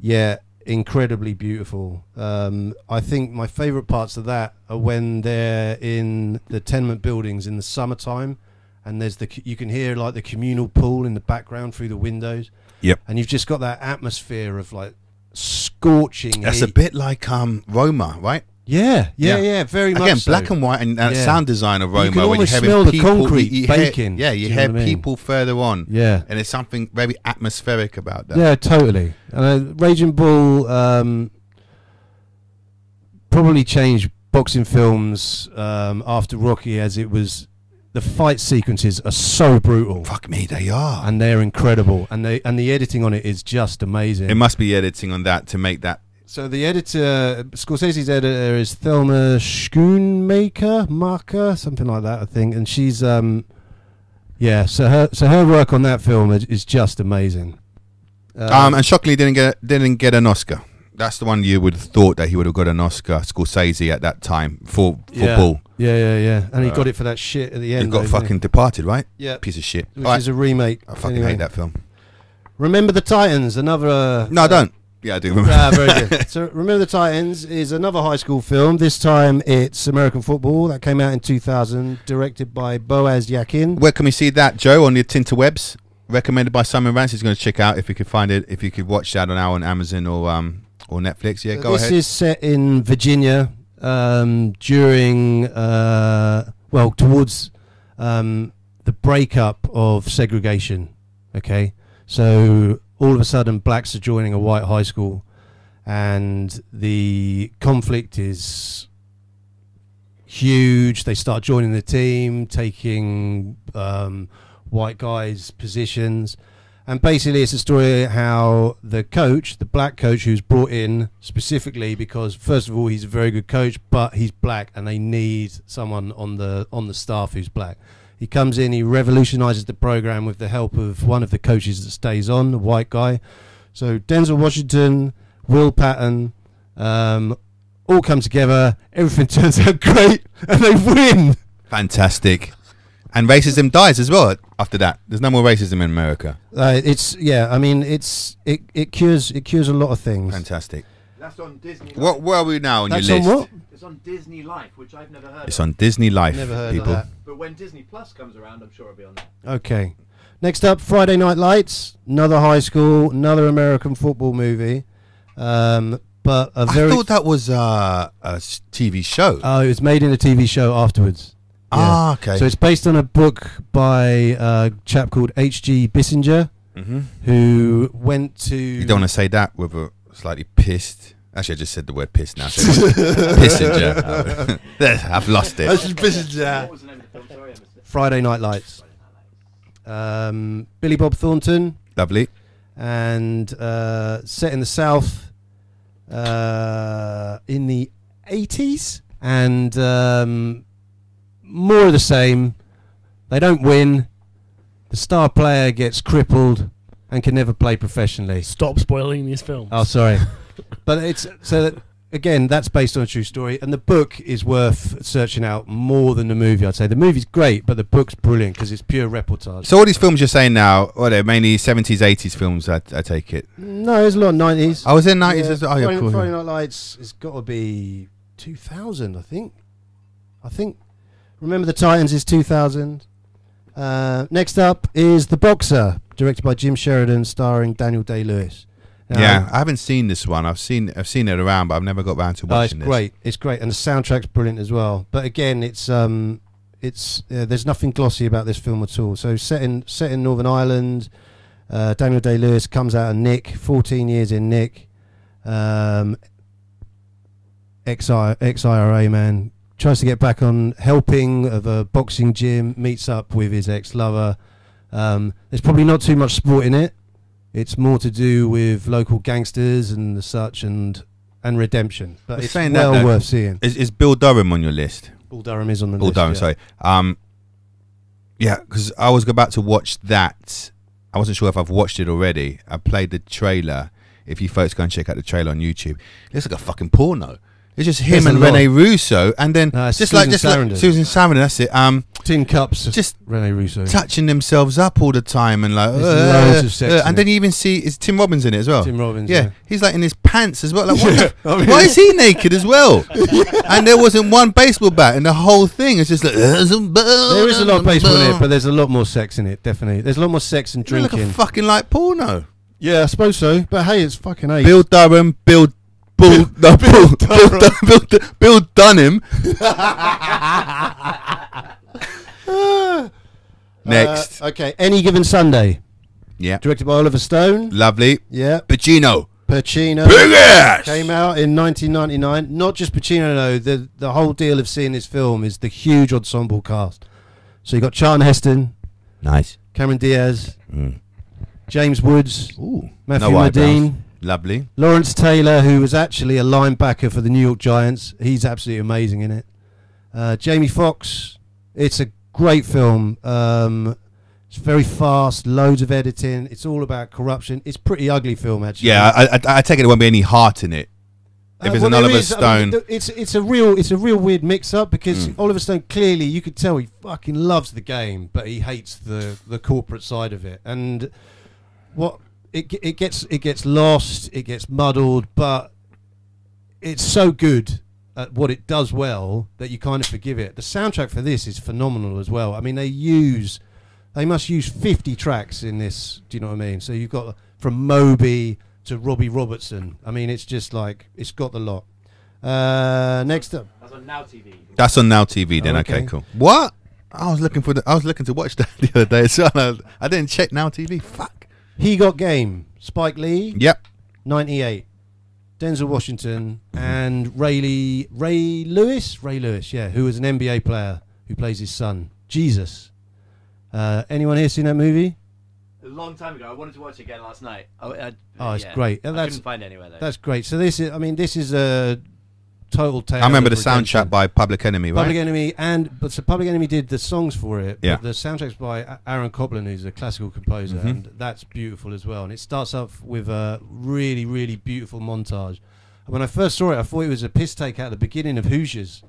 yet incredibly beautiful. Um, I think my favourite parts of that are when they're in the tenement buildings in the summertime, and there's the c- you can hear like the communal pool in the background through the windows. Yep. And you've just got that atmosphere of like scorching. That's a heat. bit like um Roma, right? Yeah, yeah, Yeah. yeah, very much. Again, so. black and white and uh, Yeah. sound design of You Roma. can where almost you're having smell the people, concrete you, you baking. Hear, yeah, you Do you hear know what I mean? people further on, Yeah. and there's something very atmospheric about that. Yeah, totally. And uh, Raging Bull um, probably changed boxing films um, after Rocky, as it was the fight sequences are so brutal Fuck me, they are. and they're incredible, and they and the editing on it is just amazing. It must be editing on that to make that. so the editor, Scorsese's editor, is Thelma Schoonmaker, Marker, something like that, I think, and she's um, yeah. So her so her work on that film is, is just amazing. Uh, Um, and shockingly, didn't get didn't get an Oscar. That's the one you would have thought that he would have got an Oscar, Scorsese, at that time for for yeah. Bull. Yeah, yeah, yeah. And he got it for that shit at the end. Uh, He got though, didn't fucking departed, right? he? yeah, Piece of shit. which All right. is a remake. I fucking Anyway. hate that film. Remember the Titans, another. Uh, No, I don't. Yeah, I do remember. Ah, very good. So, Remember the Titans is another high school film. This time it's American Football that came out in 2000, directed by Boaz Yakin. Where can we see that, Joe? On the Tinterwebs, recommended by Simon Rance. He's going to check out if you could find it. If you could watch that on now on Amazon or um or Netflix. Yeah, go this ahead. is set in Virginia um, during, uh, well, towards um, the breakup of segregation. Okay, so all of a sudden, blacks are joining a white high school, and the conflict is huge. They start joining the team, taking um, white guys' positions. And basically, it's a story how the coach, the black coach, who's brought in specifically because, first of all, he's a very good coach, but he's black, and they need someone on the on the staff who's black. He comes in, he revolutionizes the program with the help of one of the coaches that stays on, a white guy. So Denzel Washington, Will Patton, um, all come together. Everything turns out great, and they win. Fantastic. And racism dies as well after that. There's no more racism in America. Uh, it's yeah, I mean, it's it, it cures it cures a lot of things. Fantastic. That's on Disney. Life. What? Where are we now on That's your on list? what? It's on Disney Life, which I've never heard It's of. on Disney Life. Never heard of people. that. But when Disney Plus comes around, I'm sure it'll be on there. Okay. Next up, Friday Night Lights. Another high school, another American football movie, um, but a I very thought that was uh, a s- TV show. oh, it was made in a TV show afterwards. yeah. Ah, okay. So it's based on a book by uh, a chap called H. G. Bissinger, Mhm. who went to You don't want to say that with a slightly pissed. Actually, I just said the word pissed now. So Pissinger. There, I've lost it. What was the name of the film? Sorry, I missed it. Friday Night Lights. Um, Billy Bob Thornton Lovely. and uh, set in the south uh, in the 80s and um, more of the same they don't win the star player gets crippled and can never play professionally Stop spoiling these films. oh sorry but it's so that, again that's based on a true story and the book is worth searching out more than the movie i'd say the movie's great but the book's brilliant because it's pure reportage So all these films you're saying now, well, they're mainly 70s, 80s films. I, I take it. no there's a lot of 90s I was in 90s. as well. Oh, yeah, Friday, cool. Friday Night Lights has got to be 2000, I think. I think. Remember the Titans is 2000. Uh, next up is The Boxer, directed by Jim Sheridan, starring Daniel Day Lewis. yeah, I haven't seen this one. I've seen I've seen it around, but I've never got around to Oh, it's watching this. great. It's great, and the soundtrack's brilliant as well. But again, it's um, it's uh, there's nothing glossy about this film at all. So set in set in Northern Ireland, uh, Daniel Day Lewis comes out of Nick, 14 years in Nick, um, ex IRA man tries to get back on helping of a boxing gym, meets up with his ex lover. Um, there's probably not too much sport in it. It's more to do with local gangsters and the such and and redemption. But Well, it's saying that well though- worth seeing. Is, is Bill Durham on your list? Paul Durham is on the Bill list. Durham, yeah. sorry. Um, yeah, because I was about to watch that. I wasn't sure if I've watched it already. I played the trailer. If you folks go and check out the trailer on YouTube, it looks like a fucking porno. It's just him There's a and lot. Rene Russo, and then No, it's just like Susan just like Sarandon. Susan Sarandon. That's it. Um, tin cups. of Just Rene Russo. touching themselves up all the time and like, There's "Uh, loads of sex uh," in and then you even see is Tim Robbins in it as well. Tim Robbins. yeah, yeah. he's like in his pants as well. Like, what Yeah, the- I mean- why is he naked as well? and there wasn't one baseball bat, and the whole thing is just like there There is a lot of baseball in it, but there's a lot more sex in it. Definitely, there's a lot more sex and drinking. like a fucking like porno. yeah, I suppose so. But hey, it's fucking eight. Bill Durham, Bill, Bill, no, Bill, Bill, Bill, Bill, Bill, Dunham. Next, Uh, okay, any given Sunday, yeah, directed by Oliver Stone. lovely, Yeah, Pacino, Pacino. Big ass! Came out in 1999. Not just Pacino, though. The the whole deal of seeing this film is the huge ensemble cast. So you got Charlton Heston, nice, Cameron Diaz, Mm. James Woods, ooh, Matthew eyebrows. Modine, lovely. Lawrence Taylor, who was actually a linebacker for the New York Giants. He's absolutely amazing in it. Uh, Jamie Foxx. It's a great film. Um, it's very fast, loads of editing. It's all about corruption. It's a pretty ugly film, actually. Yeah, I, I, I take it there won't be any heart in it. If it's an there Oliver is, I mean, Stone- th- it's it's a real it's a real weird mix up because Mm. Oliver Stone clearly you could tell he fucking loves the game, but he hates the the corporate side of it. And what it ge- it gets it gets lost, it gets muddled, but it's so good at what it does well that you kind of forgive it. The soundtrack for this is phenomenal as well. I mean, they use they must use 50 tracks in this. Do you know what I mean? So you've got from Moby to Robbie Robertson. I mean, it's just like it's got the lot. Uh, next up, That's on Now TV. That's on Now TV. Then Oh, okay. okay. cool. What? I was looking for the, I was looking to watch that the other day, so I, I didn't check Now TV. Fuck. He Got Game, Spike Lee, Yep. 98. Denzel Washington and Ray Ray Lewis, Ray Lewis, yeah, who was an NBA player who plays his son, Jesus. Uh, anyone here seen that movie? A long time ago, I wanted to watch it again last night. I, I, Oh, it's great. And I that's- couldn't find it anywhere though. That's great. So this is, I mean, this is a total tale. I remember the of redemption. soundtrack by Public Enemy, right? Public Enemy and but so Public Enemy did the songs for it. Yeah. But the soundtrack's by A- Aaron Copland, who's a classical composer, Mhm. and that's beautiful as well. And it starts off with a really, really beautiful montage. And when I first saw it, I thought it was a piss take out of the beginning of Hoosiers,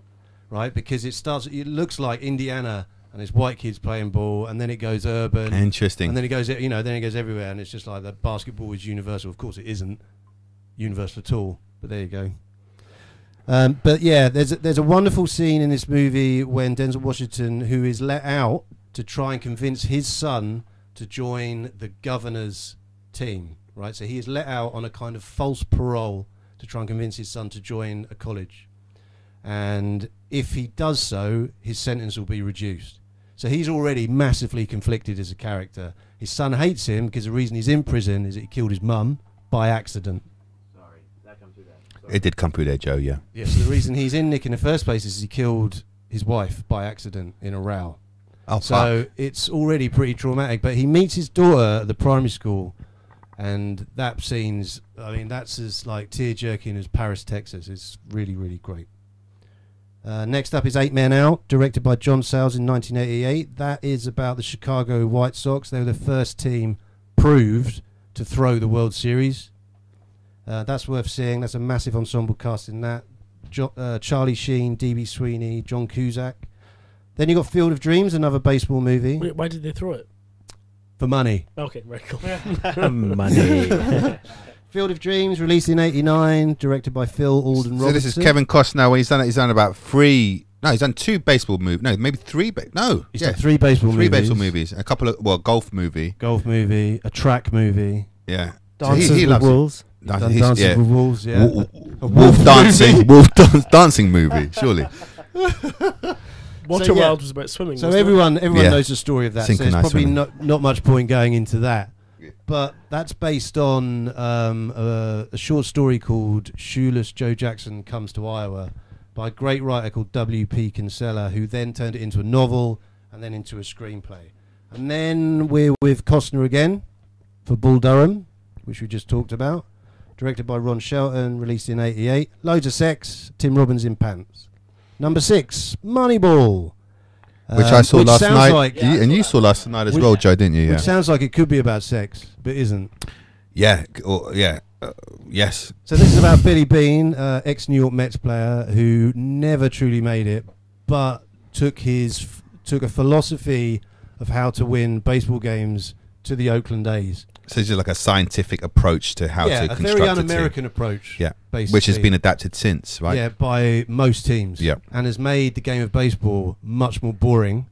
right? Because it starts. It looks like Indiana and it's white kids playing ball, and then it goes urban. Interesting. And then it goes, you know, then it goes everywhere, and it's just like that. Basketball is universal. Of course, it isn't universal at all. But there you go. Um, but yeah, there's a, there's a wonderful scene in this movie when Denzel Washington, who is let out to try and convince his son to join the governor's team, right? So he is let out on a kind of false parole to try and convince his son to join a college, and if he does so, his sentence will be reduced. So he's already massively conflicted as a character. His son hates him because the reason he's in prison is that he killed his mum by accident. Sorry, that comes through there. Sorry. it did come through there, Joe. Yeah. Yeah, so the reason he's in Nick in the first place is he killed his wife by accident in a row. Oh, So it's already pretty traumatic. But he meets his daughter at the primary school, and that scene's, I mean, that's as like tear jerking as Paris, Texas. It's really, really great. Uh, next up is Eight Men Out, directed by John Sayles in 1988. That is about the Chicago White Sox. They were the first team proved to throw the World Series. Uh, that's worth seeing. That's a massive ensemble cast in that. Jo- uh, Charlie Sheen, D.B. Sweeney, John Cusack. Then you got Field of Dreams, another baseball movie Wait, why did they throw it? for money. Okay, right, cool. Money. Field of Dreams, released in '89, directed by Phil Alden So Robertson. this is Kevin Costner. When he's done, he's done about three. No, he's done two baseball movies. No, maybe three. Ba- no, He's yeah, done three baseball three movies. baseball movies. A couple of well, golf movie. Golf movie, a track movie. Yeah, So Dances with loves it. Wolves. Dan- Done he's- Dances yeah. with Wolves, yeah. Wo- wo- wolf dancing, wolf dan- dancing movie. Surely, Uh, Waterworld So, yeah. was about swimming. So wasn't it? everyone everyone Yeah. knows the story of that. So it's Synchronized probably swimming. not, not much point going into that. But that's based on um, a, a short story called Shoeless Joe Jackson Comes to Iowa by a great writer called W.P. Kinsella, who then turned it into a novel and then into a screenplay. And then we're with Costner again for Bull Durham, which we just talked about, directed by Ron Shelton, released in 88. Loads of sex, Tim Robbins in pants. Number six, Moneyball. which Um, I saw last sounds night, Like, You- and you saw last night as Which- well, Joe, didn't you? Yeah, Which sounds like it could be about sex, but isn't. yeah, g- or- yeah, uh, yes. So this is about Billy Bean, uh, ex New York Mets player who never truly made it, but took his f- took a philosophy of how to win baseball games to the Oakland A's. So it's just like a scientific approach to how yeah, to a construct very a team. un-American approach. Yeah, basically. which has been adapted since, right? Yeah, by most teams. Yeah. and has made the game of baseball much more boring.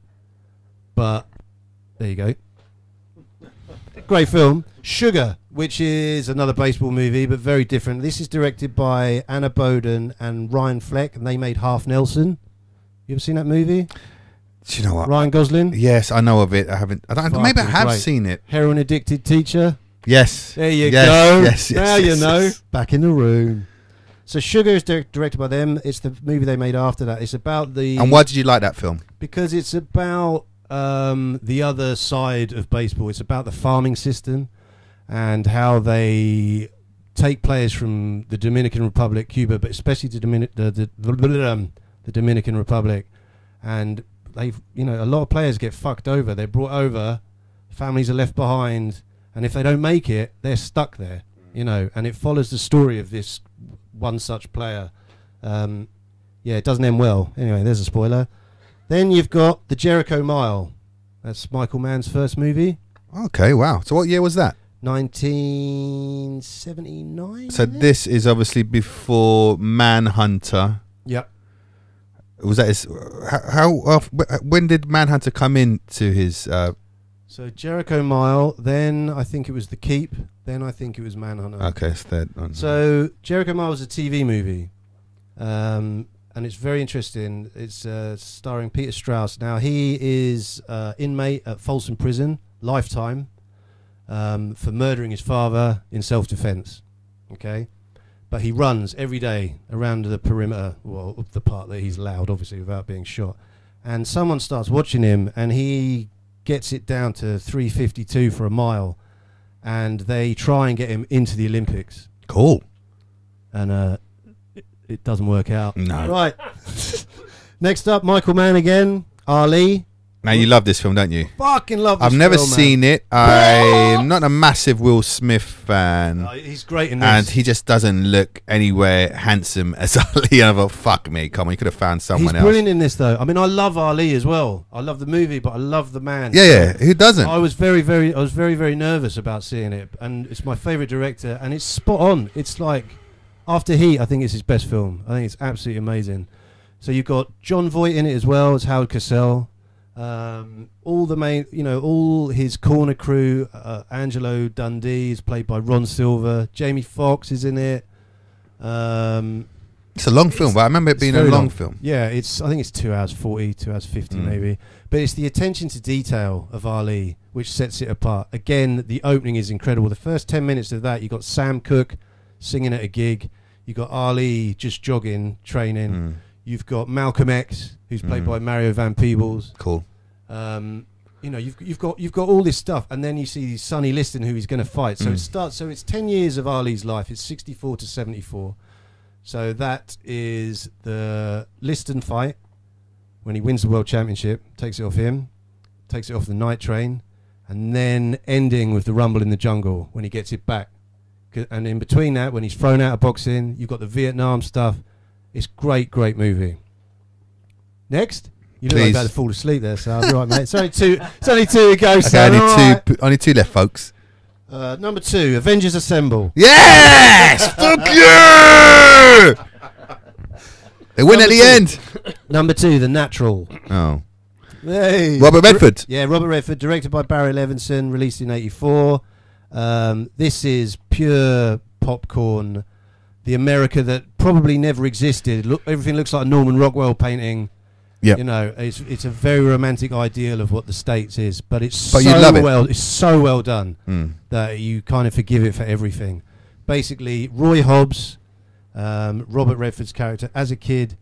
But there you go. Great film, Sugar, which is another baseball movie, but very different. This is directed by Anna Boden and Ryan Fleck, and they made Half Nelson. You ever seen that movie? Do you know what? Ryan Gosling, Yes, I know of it. I haven't. I don't, maybe I Fucking have great. seen it. heroin addicted teacher. Yes. There you Yes, go. Yes. yes now yes, you know. yes. Back in the room. So Sugar is dir- directed by them. It's the movie they made after that. It's about the And why did you like that film? because it's about um, the other side of baseball. It's about the farming system and how they take players from the Dominican Republic, Cuba, but especially the, Dominic- the, the, the, um, the Dominican Republic, and they've you know a lot of players get fucked over. They're brought over, families are left behind, and if they don't make it, they're stuck there. You know, and it follows the story of this one such player. Um, yeah, it doesn't end well. Anyway, there's a spoiler. Then you've got the Jericho Mile. That's Michael Mann's first movie, Okay. Wow. So what year was that? 1979. So this is obviously before Manhunter. Yep. Was that his? How? how of- when did Manhunter come in to his? Uh, So Jericho Mile. Then I think it was The Keep. Then I think it was Manhunter. okay, it's third one. So Jericho Mile was a TV movie, um, and it's very interesting. It's uh, starring Peter Strauss. Now he is uh, inmate at Folsom Prison, lifetime, um, for murdering his father in self-defense. Okay, but he runs every day around the perimeter, well, up the part that he's allowed, obviously, without being shot. And someone starts watching him, and he gets it down to 352 for a mile, and they try and get him into the Olympics cool. and uh, it, it doesn't work out. Mm, No. Right. Next up, Michael Mann again. Ali. Now you love this film, don't you? Fucking love. I've this never film, man. seen it. I'm not a massive Will Smith fan. Uh, he's great in this. and he just doesn't look anywhere handsome as Ali. I thought, fuck me, come on, you could have found he's someone else. brilliant in this, though. I mean, I love Ali as well. I love the movie, but I love the man. Yeah, yeah, who doesn't? I was very, very, I was very, very nervous about seeing it, and it's my favorite director, and it's spot on. It's like after Heat, I think it's his best film. I think it's absolutely amazing. So you've got John Voight in it as well as Howard Cosell, um, all the main, you know, all his corner crew. Uh, Angelo Dundee is played by Ron Silver. Jamie Foxx is in it. Um, It's a long film, but I remember it it's being a very long, long. film. yeah, it's I think it's two hours forty, two hours fifty Mm. maybe. But it's the attention to detail of Ali which sets it apart. Again, the opening is incredible. The first ten minutes of that, you got Sam Cooke singing at a gig. You got Ali just jogging, training. Mm, You've got Malcolm X, who's played Mm. by Mario Van Peebles. cool. Um, you know, you've you've got you've got all this stuff, and then you see Sonny Liston, who he's going to fight. So Mm. it starts. So it's ten years of Ali's life. It's sixty-four to seventy-four. So that is the Liston fight when he wins the world championship, takes it off him, takes it off the night train, and then ending with the rumble in the jungle when he gets it back. 'Cause- And in between that, when he's thrown out of boxing, you've got the Vietnam stuff. It's great, great movie. Next, you look like Please. you're about to fall asleep there, so all right, mate. It's only two. It's only two to go. Okay, Sam, only all two, right. p- only two left, folks. Uh, number two, Avengers Assemble. Yes, fuck you. They win at the end. Number two, The Natural. Oh, Hey. Robert Redford. Yeah, Robert Redford, directed by Barry Levinson, released in '84. Um, this is pure popcorn. The America that probably never existed. Look, everything looks like a Norman Rockwell painting. Yep. you know, it's it's a very romantic ideal of what the states is, but it's But so you love it. well, it's so well done Mm. that you kind of forgive it for everything. Basically, Roy Hobbs, um, Robert Redford's character, as a kid,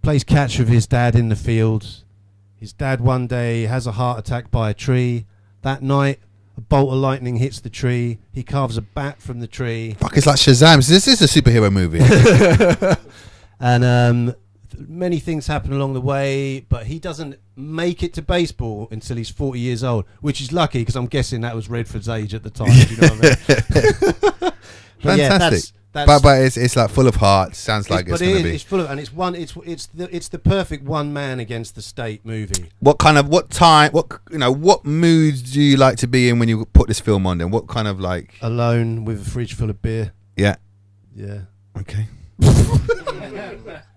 plays catch with his dad in the fields. His dad one day has a heart attack by a tree. That night, a bolt of lightning hits the tree. He carves a bat from the tree. Fuck, it's like Shazam. This is a superhero movie. and um, th- many things happen along the way, but he doesn't make it to baseball until he's 40 years old, which is lucky because I'm guessing that was Redford's age at the time. do you know what I mean? But yeah, that's Fantastic. That's But but it's it's like full of heart. Sounds like it's, it's, but it gonna is, be. it's full of and it's one it's it's the it's the perfect one man against the state movie. what kind of what time? What you know? What moods do you like to be in when you put this film on? Then what kind of like? Alone with a fridge full of beer. Yeah. Yeah. Okay.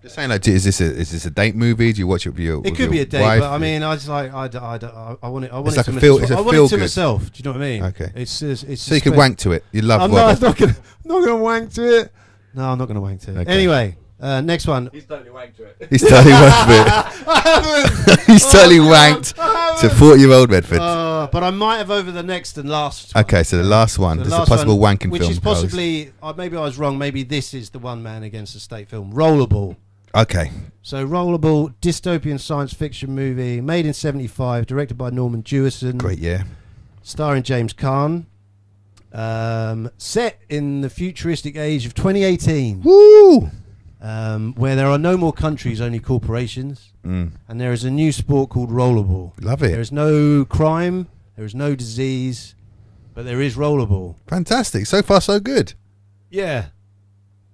Just saying, like, is this a is this a date movie? Do you watch it with your? It with could be your a date, wife? but I mean, I just like I, d- I, d- I- I want it. I want It's it like to a my- feel- it's a I want feel it to good. myself. Do you know what I mean? Okay. It's just, it's so you could just- wank to it. You love. I'm Robert. not, I'm not gonna I'm not gonna wank to it. No, I'm not gonna wank to it. Okay. Anyway, uh, next one. He's totally wagged to it. He's totally wanked it. He's Oh, totally wanked to forty-year-old Redford. Uh, but I might have over the next and last. one. okay, so the last one. The this is a last possible one, wanking which film. is pose. possibly uh, maybe I was wrong. Maybe this is the one man against the state film, Rollerball. Okay. So Rollerball, dystopian science fiction movie made in '75, directed by Norman Jewison, Great. Yeah. starring James Caan. Um, set in the futuristic age of 2018, Woo. um, where there are no more countries, only corporations, Mm, and there is a new sport called rollerball. love There it. is no crime, there is no disease, but there is rollerball. Fantastic. So far, so good. Yeah,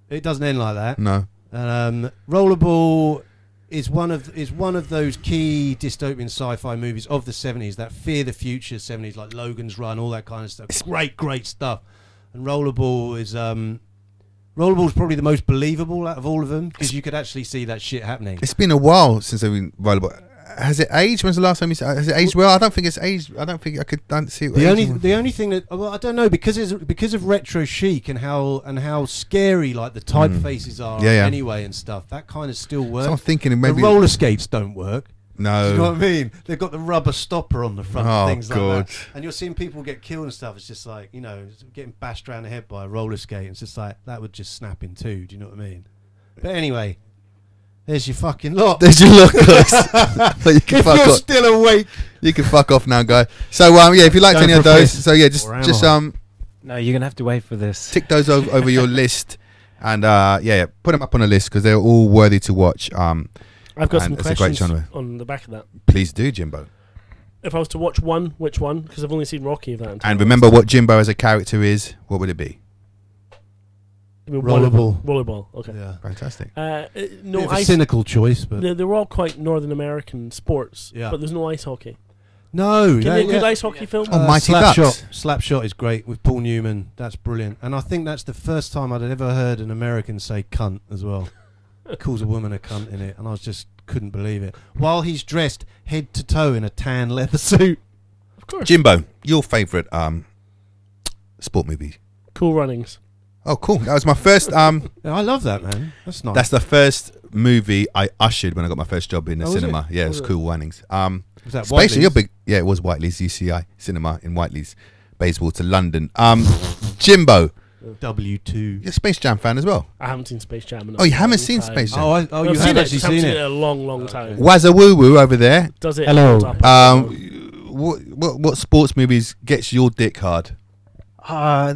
it doesn't end like that. No. Um, Rollerball is one of is one of those key dystopian sci-fi movies of the seventies that fear the future seventies, like Logan's Run, all that kind of stuff. great, great stuff. And Rollerball is um, Rollerball's probably the most believable out of all of them because you could actually see that shit happening. It's been a while since I've been available. Has it aged? When's the last time you saw Has it aged well? I don't think it's aged. I don't think I could I don't see it. The only aging. the only thing that well I don't know because it's, because of retro chic and how and how scary like the typefaces are Hmm. Yeah, yeah. anyway and stuff that kind of still works. so I'm thinking maybe the roller skates don't work. Do you know no. what I mean? They've got the rubber stopper on the front, Oh, and things God. like that. And you're seeing people get killed and stuff. It's just like you know, just getting bashed around the head by a roller skate. It's just like that would just snap in two. Do you know what I mean? But anyway, there's your fucking lot. There's your look, guys. But you can if fuck you're off. still awake, you can fuck off now, guy. So um, yeah, if you liked Going any for of a those, piss. so yeah, just Or am just I? um, No, you're gonna have to wait for this. tick those over, over your list, and uh, yeah, yeah, put them up on a list because they're all worthy to watch. Um, I've got And some it's a great questions genre. on the back of that. please do, Jimbo. If I was to watch one, which one? Because I've only seen Rocky of that. entire And list. remember what Jimbo as a character is. What would it be? Give me one of them. rollerball. Rollerball. Okay. Yeah, Fantastic. Uh, uh, no, no it's a ice. cynical choice, but They, they were all quite Northern American sports, Yeah. but there's no ice hockey. no, Give yeah, me a good yeah. ice hockey film. Oh, Mighty slap Ducks. shot. Slap shot Uh, is great with Paul Newman. That's brilliant. And I think that's the first time I'd ever heard an American say cunt as well. Calls a woman a cunt in it, and I was just couldn't believe it. While he's dressed head to toe in a tan leather suit. of course. Jimbo, your favorite um, sport movie. cool runnings. Oh, cool. That was my first um. Yeah, I love that man. That's nice. That's the first movie I ushered when I got my first job in the Oh, was it? cinema. Yeah, it was Was it? Cool Wannings. Um, Was that Space, Whiteley's? you're big. Yeah, it was Whiteley's UCI cinema in Whiteley's, Bayswater, London. Um, Jimbo, W two. you're a Space Jam fan as well. I haven't seen Space Jam. In a Oh, you haven't long seen time. Space Jam. Oh, I, oh, I've you seen have it. actually I haven't seen it. in a long, long time. Wazza Woo Woo over there. Does it? Hello. hold up? Um, what, what what sports movies gets your dick hard? Uh,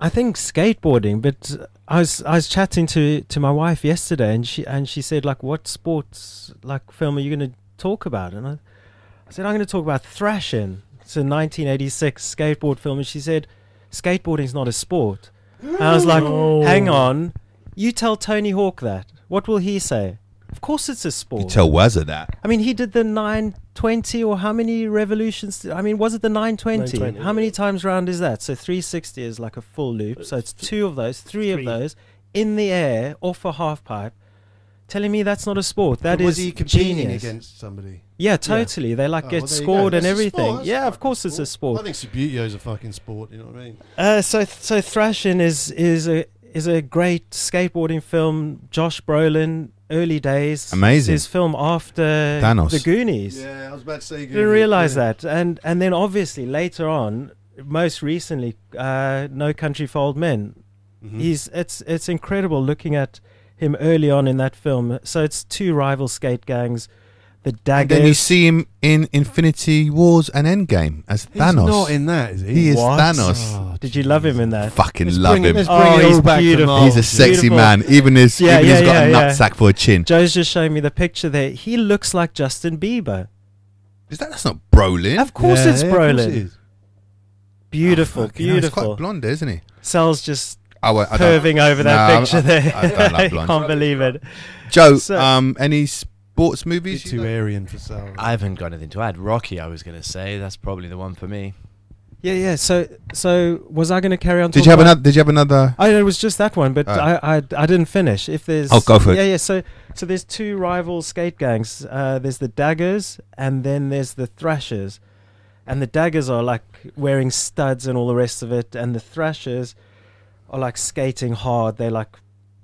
I think skateboarding, but I was I was chatting to to my wife yesterday, and she and she said like, what sports like film are you going to talk about? And I, I said I'm going to talk about thrashing. It's a 1986 skateboard film, and she said skateboarding's not a sport. And I was like, No. hang on, you tell Tony Hawk that. What will he say? Of course, it's a sport. You tell Wazza that. I mean, he did the 920 or how many revolutions? I mean, was it the 920? 920, how many yeah. times round is that? So 360 is like a full loop. So it's two of those, three, of Three. those in the air off a half pipe. Telling me that's not a sport. That is was he competing genius. against somebody? Yeah, totally. They like Oh, get well, there you go. scored and It's a everything. sport. That's Yeah, a of fucking course it's a sport. I think Subutio's a fucking sport. You know what I mean? Uh, so so thrashing is is a is a great skateboarding film. Josh Brolin, early days. Amazing. His film after Thanos. the Goonies. Yeah, I was about to say. Didn't realize that. And and then obviously later on, most recently, uh, No Country for Old Men. Mm-hmm. He's it's it's incredible looking at him early on in that film. So it's two rival skate gangs, the And then you daggers. see him in Infinity Wars and Endgame as He's Thanos. not in that, is he? Ah, he is What? Thanos. Oh, Did you love him in that? Fucking Let's love bring him. let's Oh, bring it he's all back to beautiful. Marvel. He's a sexy Beautiful. man. Even his Yeah, even he's yeah, got a yeah, yeah. nutsack for a chin. Joe's just showing me the picture there. He looks like Justin Bieber. Is that that's not Brolin? Of course Yeah, it's yeah, of course Brolin. it is. Beautiful, Ah, Oh, Fucking hell, He's beautiful. quite blonde, isn't he? Sal's just I won't. I don't- curving over that No, I- picture I- there. I don't like I blondes. can't believe it. Joe, So- um, any sports movies? you too like? Aryan for Sal. I haven't got anything to add. Rocky, I was going to say. That's probably the one for me. Yeah, yeah. So, so was I going to carry on? Did talking you have about- another? Did you have another? Oh, no, it was just that one, but Oh. I, I I didn't finish. If there's Oh, go for it. Yeah, yeah. So so there's two rival skate gangs. Uh, there's the Daggers, and then there's the Thrashers, and the Daggers are like wearing studs and all the rest of it, and the Thrashers are like skating hard. They're like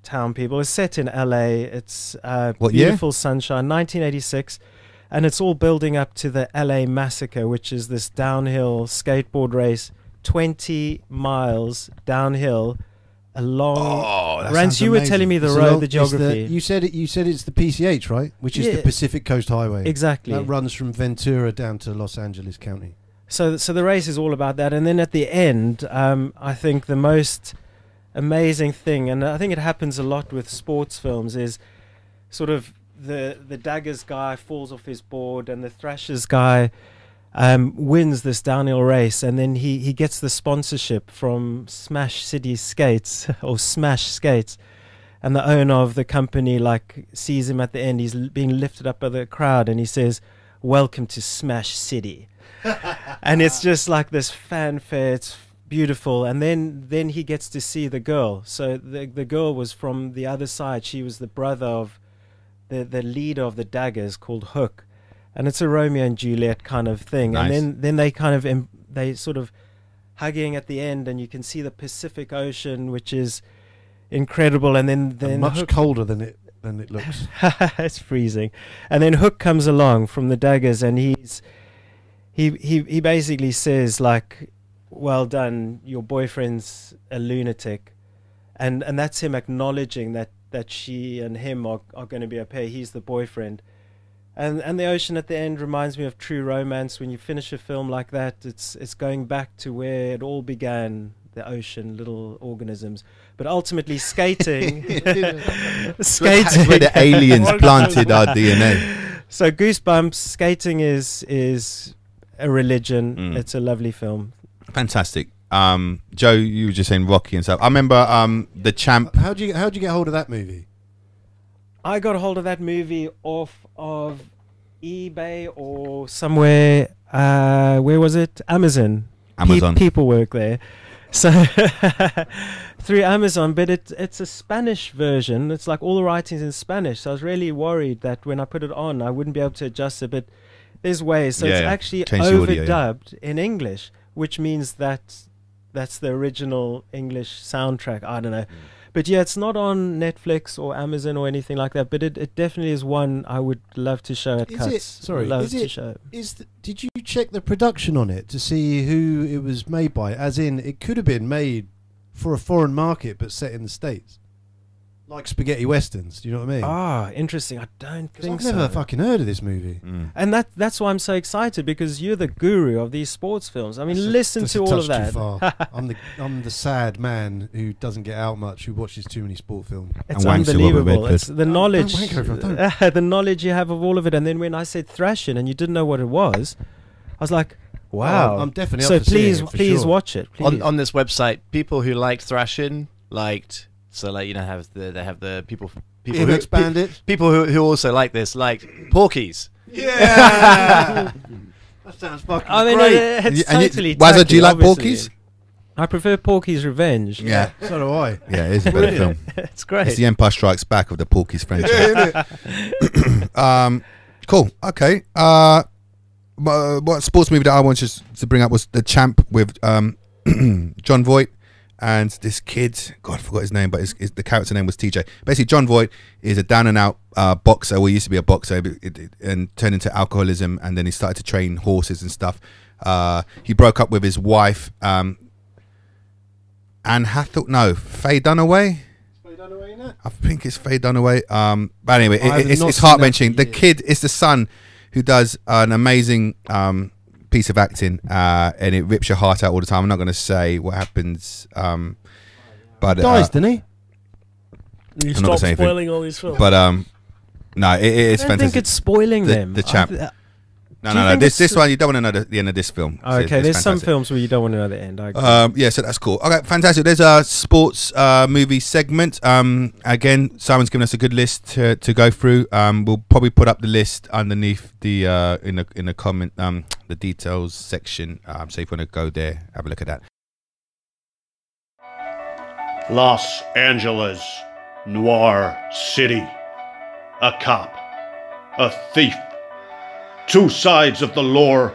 town people. It's set in L.A. It's uh, What year? beautiful sunshine, 1986. And it's all building up to the LA Massacre, which is this downhill skateboard race, 20 miles downhill along Oh, that Rance, sounds you were amazing. telling me the So road, it's the geography. you said it. You said it's the PCH, right? Which is Yeah. the Pacific Coast Highway. exactly. That runs from Ventura down to Los Angeles County. so, so the race is all about that. And then at the end, um, I think the most amazing thing, and I think it happens a lot with sports films, is sort of the the daggers guy falls off his board, and the thrashers guy um, wins this downhill race, and then he he gets the sponsorship from Smash City Skates or Smash Skates. And the owner of the company like sees him at the end. He's l- being lifted up by the crowd, and he says, "Welcome to Smash City." and it's just like this fanfare. It's beautiful, and then then he gets to see the girl. So the the girl was from the other side. She was the brother of the the leader of the daggers called Hook, and it's a Romeo and Juliet kind of thing. Nice. And then then they kind of em- they sort of hugging at the end, and you can see the Pacific Ocean, which is incredible. And then And then much Hook- colder than it than it looks. it's freezing. And then Hook comes along from the daggers, and he's he he he basically says like, "Well done, your boyfriend's a lunatic," and and that's him acknowledging that that she and him are are going to be a pair. He's the boyfriend. And, and the ocean at the end reminds me of true romance. When you finish a film like that, it's it's going back to where it all began, the ocean, little organisms. But ultimately, skating, That's skating, where the aliens planted our DNA. so Goosebumps skating is is a religion. Mm. It's a lovely film. Fantastic. Um, Joe, you were just saying Rocky and stuff. I remember um, the champ. how do Uh, you how do you get hold of that movie? I got a hold of that movie off of eBay or somewhere. Uh, where was it? Amazon. Pe- Amazon. people work there. So through Amazon, but it, it's a Spanish version. It's like all the writing's in Spanish. So I was really worried that when I put it on, I wouldn't be able to adjust it. But there's ways. So Yeah, it's yeah. actually Change the audio, yeah. overdubbed in English, which means that that's the original English soundtrack. I don't know. Mm. But yeah, it's not on Netflix or Amazon or anything like that. But it, it definitely is one I would love to show at Is Cuts. it- sorry, love is to it- show. Is the, did you check the production on it to see who it was made by? As in, it could have been made for a foreign market, but set in the states, like spaghetti westerns. Do you know what I mean? Ah, interesting. I don't 'Cause think I've never so. fucking heard of this movie. Mm. And that that's why I'm so excited because you're the guru of these sports films. I mean, That's a- listen that's to a all of touch that. Too far. I'm the I'm the sad man who doesn't get out much, who watches too many sport films. It's wanks you up a unbelievable. bit, It's the knowledge, wank over it, the knowledge you have of all of it. And then when I said thrashing and you didn't know what it was, I was like, Oh, wow. I'm definitely up so for seeing please, it, for please sure. watch it. On, please. on this website, people who liked thrashing liked. So like you know have the they have the people people who Imex Bandit. people who, who also like this liked Porkies. Yeah. that sounds fucking I mean, great. it- it's And you- totally. Wazza, do you tacky, like obviously. Porky's? I prefer Porky's Revenge. Yeah, so do I. yeah, it is a better film. it's great. It's the Empire Strikes Back of the Porky's franchise. um, cool. Okay. Uh, my- what sports movie that I wanted to bring up was The Champ with um, John Voight and this kid. God, I forgot his name, but his, his, the character name was TJ. Basically, John Voight is a down and out uh, boxer. Well, he used to be a boxer but it- it- and turned into alcoholism, and then he started to train horses and stuff. Uh, he broke up with his wife, um, Anne Hathaway. No, Faye Dunaway. I think it's Faye Dunaway. Um, but anyway, I have it, it's, not it's seen that heart for wrenching. The years. kid is the son who does an amazing um, piece of acting, uh, and it rips your heart out all the time. I'm not going to say what happens, um, but uh, Dies, didn't he? You I'm not gonna stop say anything. spoiling all these films. but um, no, it, it- it's I don't think fantastic. it's spoiling The- them. the I chap. th- No, Do you no, no. think This this- this one you don't want to know the, the end of this film. Oh, It's- okay, it's there's some fantastic. films where you don't want to know the end. I agree. Um, yeah, so that's cool. Okay, fantastic. There's our sports uh, movie segment. Um, again, Simon's given us a good list to, to go through. Um, we'll probably put up the list underneath the uh, in the in the comment um, the details section. Um, so if you want to go there, have a look at that. Los Angeles, Noir City. A cop, a thief. Two sides of the lore,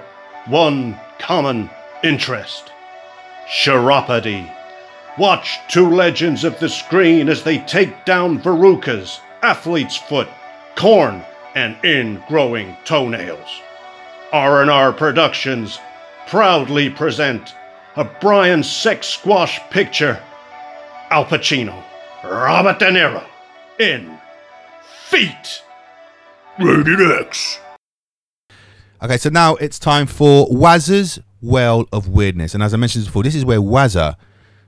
one common interest. Chiropody. Watch two legends of the screen as they take down Verucas, Athlete's Foot, Corn, and ingrowing toenails. R&R Productions proudly present a Brian Sex Squash picture Al Pacino, Robert De Niro, in Feet. Rated X. Okay, so now it's time for Wazza's Well of Weirdness. And as I mentioned before, this is where Wazza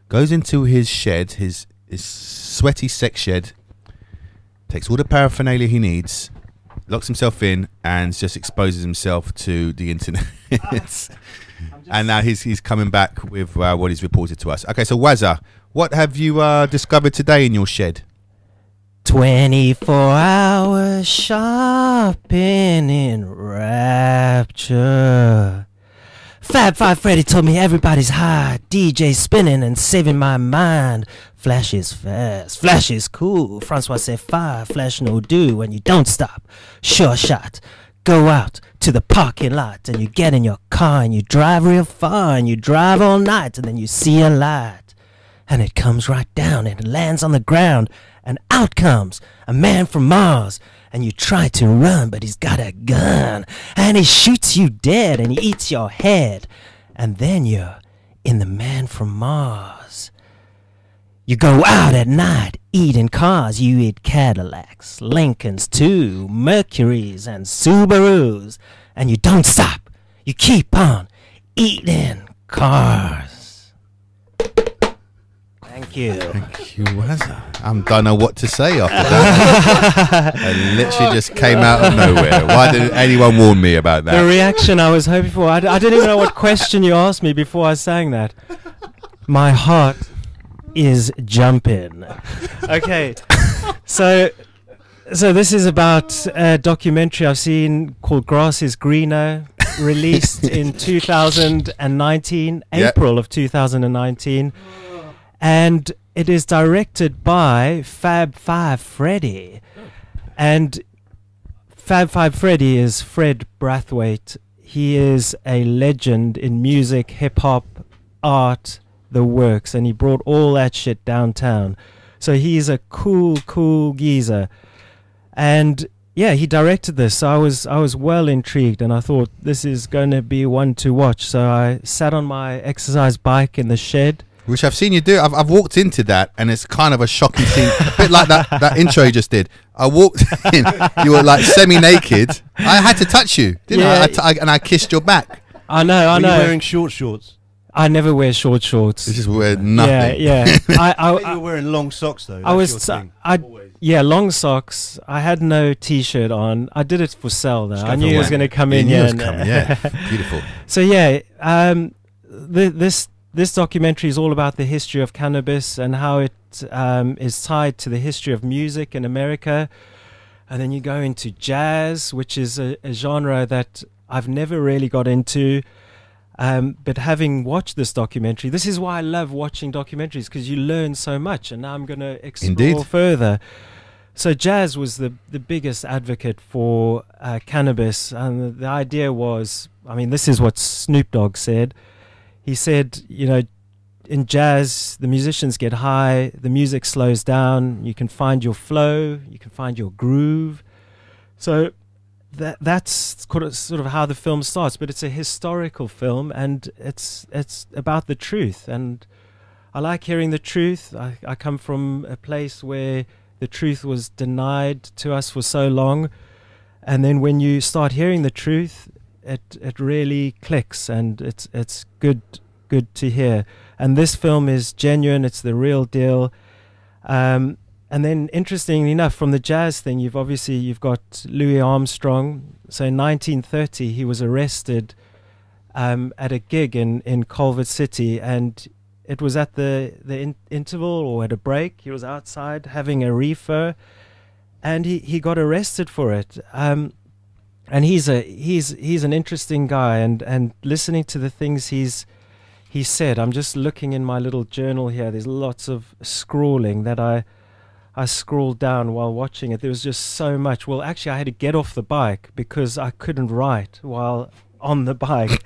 goes into his shed, his, his sweaty sex shed, takes all the paraphernalia he needs, locks himself in, and just exposes himself to the internet. and now he's, he's coming back with uh, what he's reported to us. Okay, so Wazza, what have you uh, discovered today in your shed? 24 hour shopping in rapture. Fab Five Freddy told me everybody's high, DJ spinning and saving my mind. Flash is fast, flash is cool. Francois said fire, flash no do when you don't stop. Sure shot. Go out to the parking lot and you get in your car and you drive real far and you drive all night and then you see a light and it comes right down and it lands on the ground and out comes a man from Mars and you try to run but he's got a gun and he shoots you dead and he eats your head and then you're in the man from Mars. You go out at night, eat in cars, you eat Cadillacs, Lincolns too, Mercuries and Subarus, and you don't stop. You keep on eating cars. Thank you. Thank you, Wazza. I don't know what to say after that. I literally just came out of nowhere. Why didn't anyone warn me about The that? reaction I was hoping for. I, d- I didn't even know what question you asked me before I sang that. My heart is jumping. Okay, so so this is about a documentary I've seen called "Grass Is Greener," released in 2019, Yeah. April of 2019, and it is directed by Fab Five Freddy, and Fab Five Freddy is Fred Brathwaite. He is a legend in music, hip hop, art, the works, and he brought all that shit downtown. So he's a cool, cool geezer. And yeah, he directed this. So I was I was well intrigued and I thought this is gonna be one to watch. So I sat on my exercise bike in the shed. Which I've seen you do. I've, I've walked into that, and it's kind of a shocking scene, a bit like that, that intro you just did. I walked in, you were like semi naked. I had to touch you, didn't I? Yeah. I? T- I? And I kissed your back. I know, I Were you know. wearing short shorts? I never wear short shorts. This is where nothing. Yeah, yeah. I, I, I, I- you were wearing long socks though. That's I was, your so- thing. I yeah, long socks. I had no t-shirt on. I did it for sale though. I knew he was going to come You in knew here. it was and- uh, coming, yeah. Beautiful. so yeah, um, th- this this documentary is all about the history of cannabis and how it um, is tied to the history of music in America. And then you go into jazz, which is a, a genre that I've never really got into. Um, but having watched this documentary, this is why I love watching documentaries because you learn so much. And now I'm going to explore Indeed. further. So jazz was the the biggest advocate for uh, cannabis, and the, the idea was, I mean, this is what Snoop Dogg said. He said, you know, in jazz, the musicians get high, the music slows down, you can find your flow, you can find your groove. So that that's sort of, sort of how the film starts, but it's a historical film, and it's it's about the truth, and I like hearing the truth. I, I come from a place where the truth was denied to us for so long, and then when you start hearing the truth, it it really clicks, and it's it's good good to hear. And this film is genuine; it's the real deal. Um, and then, interestingly enough, from the jazz thing, you've obviously you've got Louis Armstrong, So in 1930, he was arrested um, at a gig in, in Culver City, and it was at the, the in- interval or at a break. He was outside having a reefer, and he, he got arrested for it. Um, and he's a he's he's an interesting guy, and, and listening to the things he's he said. I'm just looking in my little journal here. There's lots of scrawling that I I scrawled down while watching it. There was just so much. Well, actually, I had to get off the bike because I couldn't write while on the bike.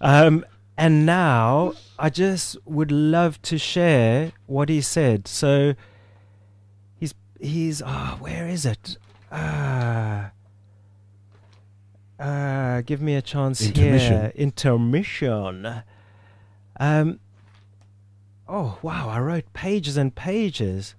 um, and now I just would love to share what he said. So he's he's ah, where is it? Ah. Ah, give me a chance Intermission. here. Intermission. Um, oh wow, I wrote pages and pages.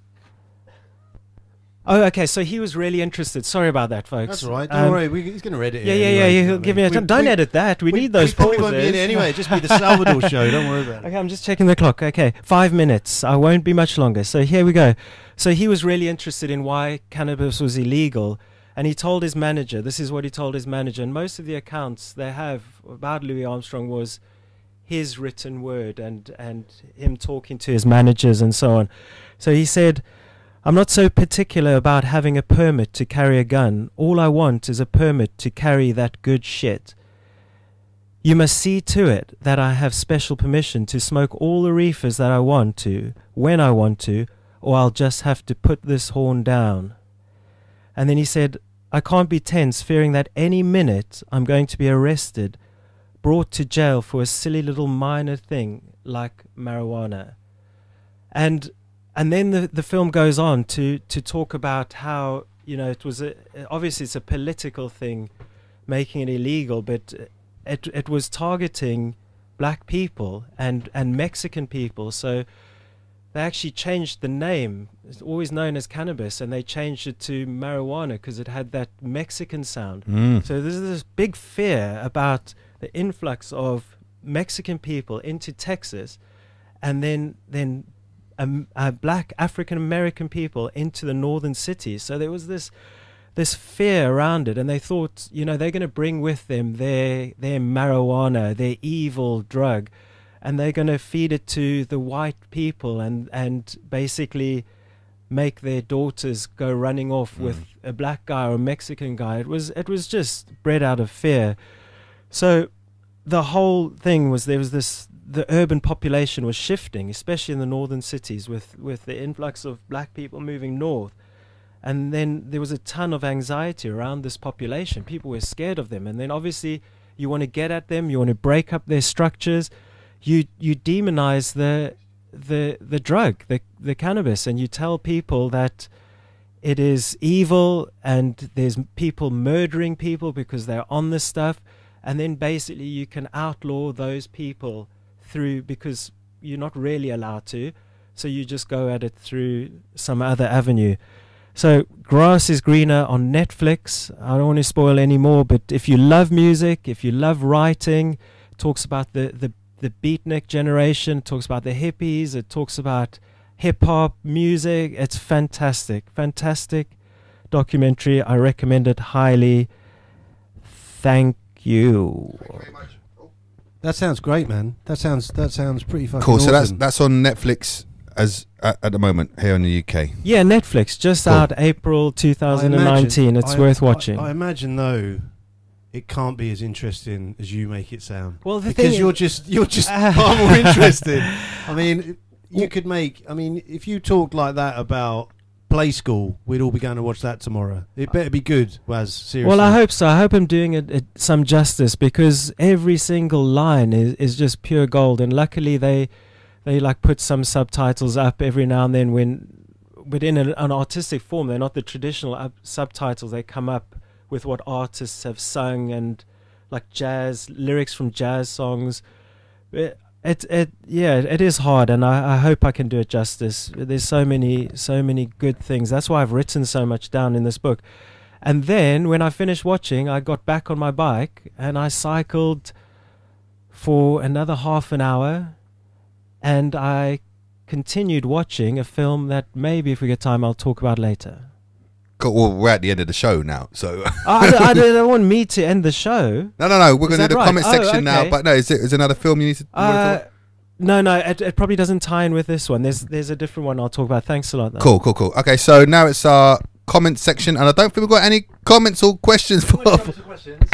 Oh, okay. So he was really interested. Sorry about that, folks. That's all right. Don't Um, worry. We, he's going to edit it. Yeah, yeah, anyway, yeah. you know He'll what I give me mean? a We- time. Don't we- edit that. We, we- need those we probably won't be in pauses. it anyway. It'll just be the Salvador show. Don't worry about it. Okay, I'm just checking the clock. Okay, five minutes. I won't be much longer. So here we go. So he was really interested in why cannabis was illegal, and he told his manager. This is what he told his manager. And most of the accounts they have about Louis Armstrong was his written word and and him talking to his managers and so on. So he said. I'm not so particular about having a permit to carry a gun. All I want is a permit to carry that good shit. You must see to it that I have special permission to smoke all the reefers that I want to, when I want to, or I'll just have to put this horn down. And then he said, I can't be tense, fearing that any minute I'm going to be arrested, brought to jail for a silly little minor thing like marijuana. And and then the, the film goes on to, to talk about how, you know, it was a, obviously it's a political thing making it illegal, but it it was targeting black people and and Mexican people. So they actually changed the name. It's always known as cannabis, and they changed it to marijuana because it had that Mexican sound. Mm. So there's this big fear about the influx of Mexican people into Texas, and then then. Um, uh, black African American people into the northern cities, so there was this this fear around it, and they thought, you know, they're going to bring with them their their marijuana, their evil drug, and they're going to feed it to the white people, and and basically make their daughters go running off with a black guy or a Mexican guy. It was it was just bred out of fear. So the whole thing was there was this the urban population was shifting, especially in the northern cities, with with the influx of black people moving north. And then there was a ton of anxiety around this population. People were scared of them. And then obviously you want to get at them, you want to break up their structures. You you demonize the the the drug, the the cannabis, and you tell people that it is evil and there's m- people murdering people because they're on this stuff and then basically you can outlaw those people through because you're not really allowed to so you just go at it through some other avenue so grass is greener on netflix i don't want to spoil any more but if you love music if you love writing it talks about the the, the beatnik generation it talks about the hippies it talks about hip hop music. It's fantastic, fantastic documentary. I recommend it highly. Thank you. That sounds great, man. That sounds that sounds pretty fucking Cool. So that's awesome. that's on Netflix as at, at the moment here in the UK. Yeah, Netflix just Cool. out April I imagine- 2019. It's I- worth I- watching. I, imagine though, it can't be as interesting as you make it sound. well, the because thing you're is- just you're just far more interested. I mean, you could make. I mean, if you talked like that about play school, we'd all be going to watch that tomorrow. It better be good, Waz. Seriously. Well, I hope so. I hope I'm doing it, it some justice because every single line is, is just pure gold. And luckily, they they like put some subtitles up every now and then when, but in an, an artistic form. They're not the traditional up, subtitles. They come up with what artists have sung and like jazz lyrics from jazz songs. It, it, it yeah, it is hard, and I, I hope I can do it justice. There's so many so many good things. That's why I've written so much down in this book. And then when I finished watching, I got back on my bike and I cycled for another half an hour and I continued watching a film that maybe if we get time I'll talk about later. Ah, Cool, Well, we're at the end of the show now, so I, don't, I don't want me to end the show. no, no, no. We're going to that do the right? comment Oh, section now. okay. But no, is it is another film you need to? you wanna Uh, talk about? no, no, it, it probably doesn't tie in with this one. There's there's a different one I'll talk about. Thanks a lot. Though. Cool, cool, cool. Okay, so now it's our comment section, and I don't think we've got any comments or questions for. questions.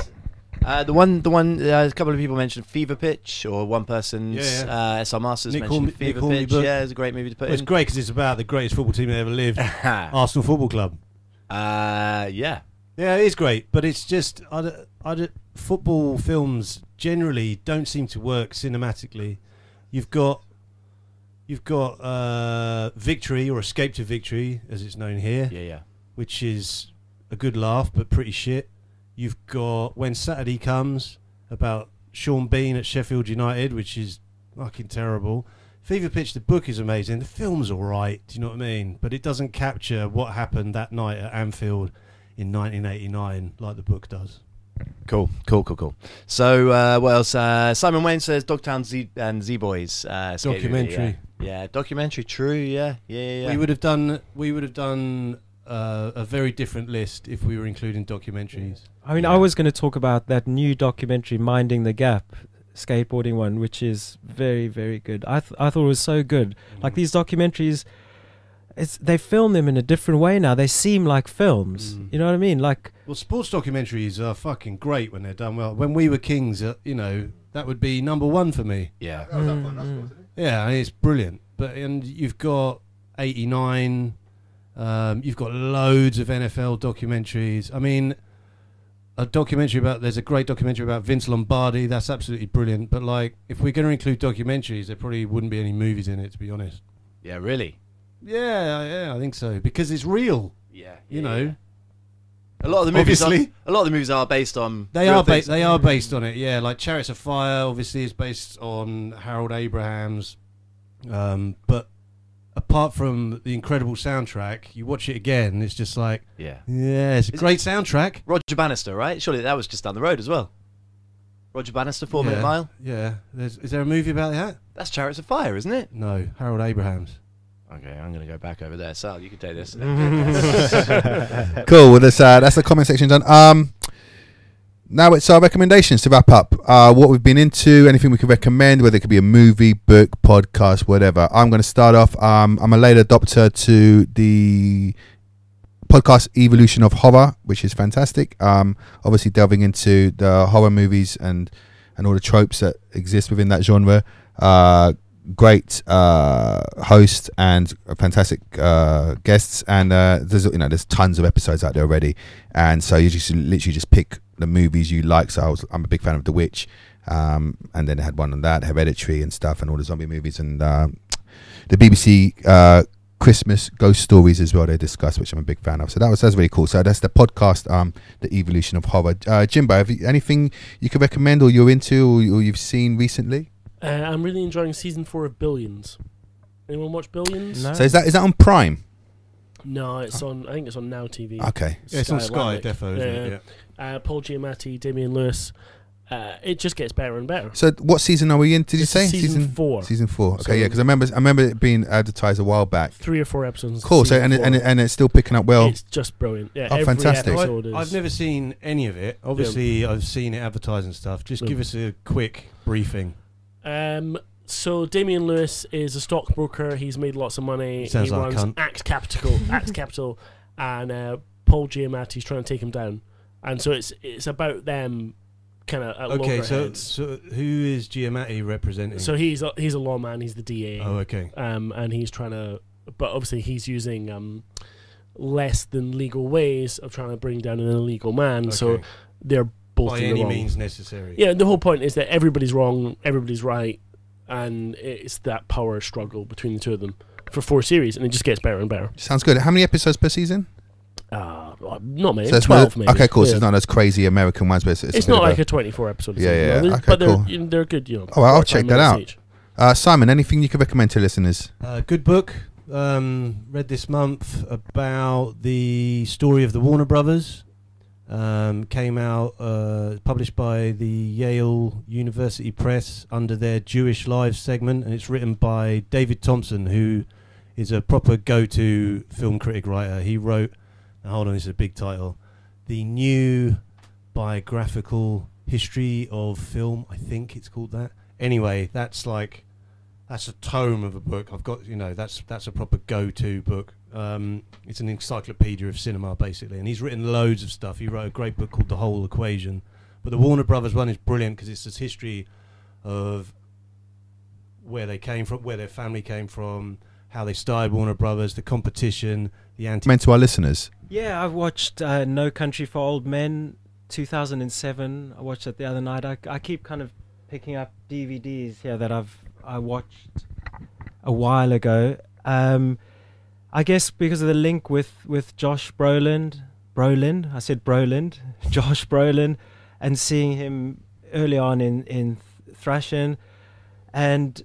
Uh, the one, the one, uh, a couple of people mentioned Fever Pitch, or one person's Yeah, yeah. Uh, SR Masters Nick mentioned Hornby- Nick Fever Hornby Pitch. book. Yeah, it's a great movie to put Well, it's in. great because it's about the greatest football team that ever lived, Arsenal Football Club. uh, yeah, Yeah, it is great, but it's just I, don't- I, don't- football films generally don't seem to work cinematically. You've got you've got uh, victory or escape to victory, as it's known here, yeah, yeah. which is a good laugh but pretty shit. You've got when Saturday comes about Sean Bean at Sheffield United, which is fucking terrible. Fever Pitch, the book is amazing. The film's all right. Do you know what I mean? But it doesn't capture what happened that night at Anfield in 1989 like the book does. Cool, cool, cool, cool. So, uh, what else? Uh, Simon Wayne says Dogtown Z and Z Boys uh, escape movie, Documentary. Yeah. yeah, documentary. True. Yeah, yeah, yeah. We would have done. We would have done uh, a very different list if we were including documentaries. I mean, I was going to talk about that new documentary, Minding the Gap, skateboarding one, which is very, very good. I th- I thought it was so good. Mm. Like these documentaries, it's they film them in a different way now. They seem like films. Mm. You know what I mean? Like Well, sports documentaries are fucking great when they're done well. When we were kings, uh, you know, that would be number one for me. yeah. Yeah, I mean, it's brilliant. But and you've got eighty nine. Um, you've got loads of NFL documentaries. I mean, a documentary about there's a great documentary about Vince Lombardi. That's absolutely brilliant. But like, if we're going to include documentaries, there probably wouldn't be any movies in it, to be honest. Yeah, really. Yeah, yeah, I think so because it's real. Yeah, You yeah, know, yeah. a lot of the movies. Obviously. Are, a lot of the movies are based on. they real are ba- things. they are based on it. Yeah, like Chariots of Fire obviously is based on Harold Abrahams. Um, but apart from the incredible soundtrack, you watch it again, it's just like Yeah. yeah, it's a Is- great soundtrack. Roger Bannister, right? Surely that was just down the road as well. Roger Bannister, Four Yeah, Minute Mile. Yeah, There's, is there a movie about that? That's Chariots of Fire, isn't it? No, Harold Abrahams. Okay, I'm going to go back over there. Sal, you can take this. Cool. Well, that's uh, that's the comment section done. Um, now it's our recommendations to wrap up. Uh, what we've been into, anything we can recommend, whether it could be a movie, book, podcast, whatever. I'm going to start off. Um, I'm a late adopter to the podcast Evolution of Horror, which is fantastic. Um, obviously delving into the horror movies and and all the tropes that exist within that genre. Uh, great uh, host and fantastic uh, guests, and uh, there's you know there's tons of episodes out there already, and so you just literally just pick the movies you like. So I was, I'm a big fan of The Witch, um, and then they had one on that Hereditary and stuff, and all the zombie movies and um the BBC. Uh, Christmas ghost stories as well. They discuss, which I'm a big fan of. So that was that's really cool. So that's the podcast, um, the evolution of horror. Uh, Jimbo, have you, anything you could recommend or you're into or, you- or you've seen recently? Uh, I'm really enjoying season four of Billions. Anyone watch Billions? no. So is that is that on Prime? No, it's on. I think it's on Now TV. Okay. Atlantic. Yeah. Uh, Paul Giamatti, Damian Lewis. Uh, it just gets better and better. So what season are we in? Did you It's say season four. Season four. Okay, So- yeah, because I remember I remember it being advertised a while back. Three or four episodes. in Cool. So season and it, four. and it, and it's still picking up well. it's just brilliant. Yeah, Oh, every fantastic. I, episode is. have never seen any of it. Obviously, I've seen it advertised and stuff. Just Yeah. give us a quick briefing. Um, so Damian Lewis is a stockbroker. He's made lots of money. Sounds he like a runs cunt. Axe Capital, Axe Capital, and uh, Paul Giamatti's trying to take him down. And so it's it's about them, kind of at Okay, so, loggerheads. so who is Giamatti representing? So he's a, he's a lawman. He's the DA. oh, okay. um, and he's trying to, but obviously he's using um, less than legal ways of trying to bring down an illegal man. So Okay. they're both by in the any wrong. means necessary. Yeah, the whole point is that everybody's wrong, everybody's right, and it's that power struggle between the two of them for four series, and it just gets better and better. Sounds good. How many episodes per season? Uh, well, not many, Ah, So it's not, twelve maybe. Okay, cool. So Yeah. it's not those crazy American ones, but it's, it's, It's a bit not of like a twenty-four episode. Yeah, yeah, no, yeah. they're- Okay, but they're cool. you know, they're good. You know. Oh, well, I'll 45 check that minutes out. each. uh, Simon, anything you could recommend to listeners? Uh, good book. Um, read this month about the story of the Warner Brothers. Um, came out, uh, published by the Yale University Press under their Jewish Lives segment, and it's written by David Thompson, who is a proper go to film critic writer. He wrote Now, hold on, this is a big title. The new biographical history of film. I think it's called that. Anyway, that's like that's a tome of a book. I've got you know that's that's a proper go-to book. Um, it's an encyclopedia of cinema basically, and he's written loads of stuff. He wrote a great book called The Whole Equation, but the Warner Brothers one is brilliant because it's this history of where they came from, where their family came from, how they started Warner Brothers, the competition, the anti. meant to our listeners. Yeah, I've watched uh, No Country for Old Men, 2007. I watched it the other night. I, I keep kind of picking up DVDs here that I've I watched a while ago. Um, I guess because of the link with with Josh Brolin, Brolin. I said Brolin, Josh Brolin, and seeing him early on in in Thrashing, and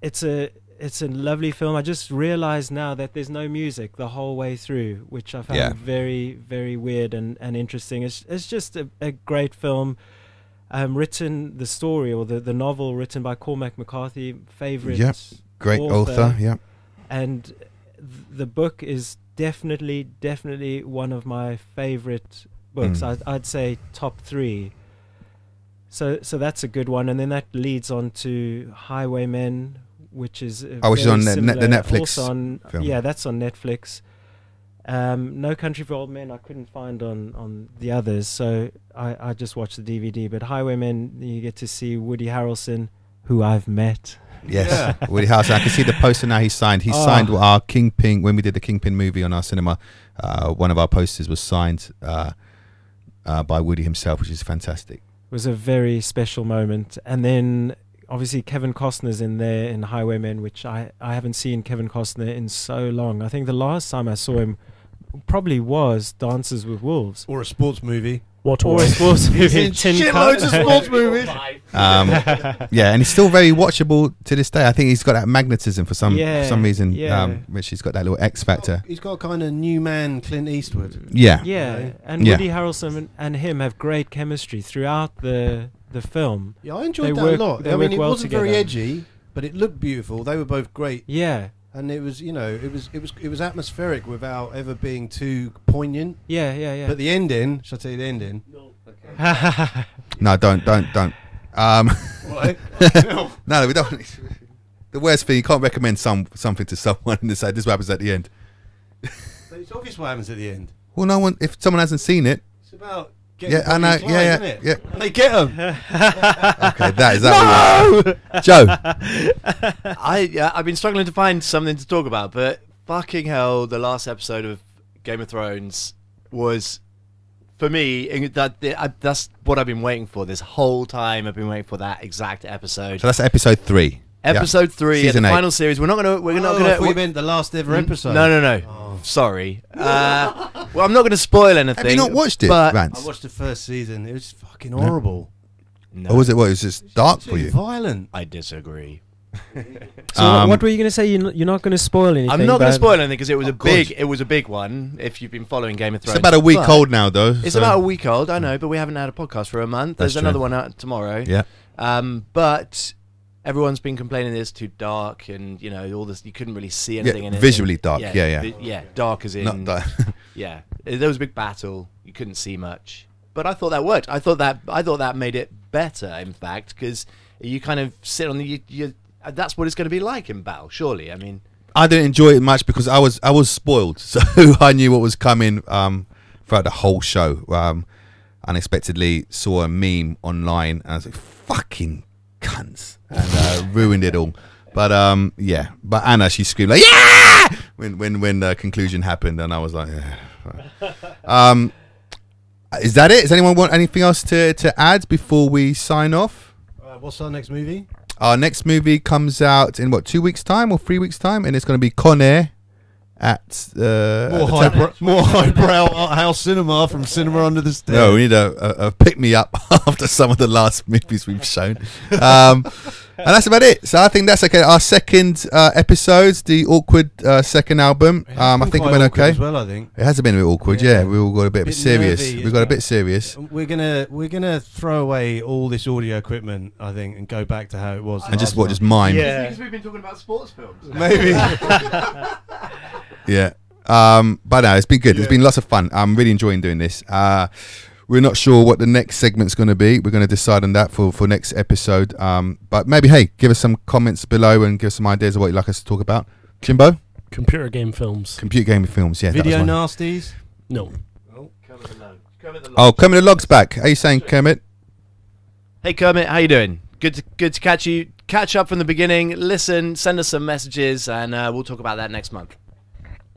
it's a it's a lovely film. I just realized now that there's no music the whole way through, which I found Yeah. very very weird and and interesting. It's it's just a, a great film. Um, written the story or the, the novel written by Cormac McCarthy, favorite Yep. Great author. Yeah. and th- the book is definitely definitely one of my favorite books Mm. I'd, I'd say top three so so that's a good one and then that leads on to highwaymen which is a Oh, which is very on the net- the similar- Netflix also on- film. yeah that's on netflix um, no country for old men i couldn't find on on the others so i i just watched the dvd but highwaymen you get to see woody harrelson who i've met Yes, Woody Harrelson. I can see the poster now. He signed. He Oh. signed our Kingpin when we did the Kingpin movie on our cinema. Uh, one of our posters was signed uh, uh, by Woody himself, which is fantastic. was a very special moment. And then obviously Kevin Costner's in there in Highwaymen, which I, I haven't seen Kevin Costner in so long. I think the last time I saw him probably was Dances with Wolves. Or a sports movie. What a Or a waste. sports movie. Tin Cup. movies. Um, yeah, and he's still very watchable to this day. I think he's got that magnetism for some Yeah, for some reason, yeah. um, which he's got that little X factor. He's got kind of new man Clint Eastwood. Yeah, Yeah, Right. and Yeah. Woody Harrelson and, and him have great chemistry throughout the the film. Yeah, I enjoyed They that work- a lot. they I mean, work it well wasn't very together. edgy, but it looked beautiful. They were both great, Yeah, and it was you know it was it was it was atmospheric without ever being too poignant. yeah, yeah, yeah. But the ending, shall I tell you the ending? No, don't, don't, don't. Um, no, we don't. The worst thing you can't recommend some something to someone and decide this is what happens at the end. But it's obvious what happens at the end. Well, no one. If someone hasn't seen it, It's about getting yeah, I know. Bonnie and Clyde, Yeah, isn't yeah, it? yeah. And they get him. Okay, that is that. No! Joe, I yeah, I've been struggling to find something to talk about, but fucking hell, the last episode of Game of Thrones was for me and that that- I, that's what I've been waiting for this whole time. I've been waiting for that exact episode. So that's episode three. Yeah. Episode three, Season the eight. final series. We're not gonna. We're not Oh, I gonna. thought you meant the last ever Mm. episode. Oh. No, no, no. Sorry. Uh, well, I'm not going to spoil anything. Have you not watched it, but- I Vance? watched the first season. It was fucking horrible. No, Or was it what? It was just dark Too for you. violent. I disagree. so Um, what were you going to say? You're not, you're not going to spoil anything. I'm not going but- to spoil anything because it was Oh, a God. big. It was a big one. If you've been following Game of It's Thrones, about a week but- old now, though. It's so- Mm. about a week old, I know, but we haven't had a podcast for a month. That's There's true. another one out tomorrow. Yeah. Um, but everyone's been complaining it's too dark, and you know all this. You couldn't really see anything in it. visually dark, yeah, yeah. vi- yeah, dark as in. Not that. Yeah, Uh, there was a big battle. You couldn't see much, but I thought that worked. I thought that I thought that made it better. In fact, because you kind of sit on the you. you uh, that's what it's going to be like in battle, surely. I mean, I didn't enjoy it much because I was I was spoiled, so I knew what was coming um, throughout the whole show. Um, unexpectedly, saw a meme online, and I was like, "Fucking cunts," and uh, ruined it all. But um, yeah, but Anna she screamed like "Yeah!" when when when the conclusion happened, and I was like, yeah. um, "Is that it? Does anyone want anything else to to add before we sign off?" Uh, what's our next movie? Our next movie comes out in what two weeks' time or three weeks' time, and it's going to be Con Air at uh, at the Temp- more highbrow art house cinema from Cinema Under the Stairs. No, we need a, a, a pick me up after some of the last movies we've shown, um, and that's about it. So I think that's okay. Our second uh, episode, the awkward uh, second album. Um, I think it Quite went awkward okay. As well, I think It has been a bit awkward, yeah. Yeah. We all got a bit, Bit serious. nervy We as got a well. bit serious. we're gonna we're gonna throw away all this audio equipment. I think and go back to how it was. the And just last what, time. just mime, we've been talking about sports films. yeah. Um, but no, it's been good. It's been lots of fun. I'm really enjoying doing this. Uh, we're not sure what the next segment's going to be. We're going to decide on that for, for next episode. Um, but maybe, hey, give us some comments below and give us some ideas of what you'd like us to talk about. Jimbo, Computer game films. computer gaming films. Yeah, that was Video one. nasties. No. Kermit the Log. Kermit the Log. Oh, Kermit the Log's back. How you saying, Kermit? Hey Kermit, how you doing? Good to, good to catch you. Catch up from the beginning. Listen, send us some messages, and uh, we'll talk about that next month.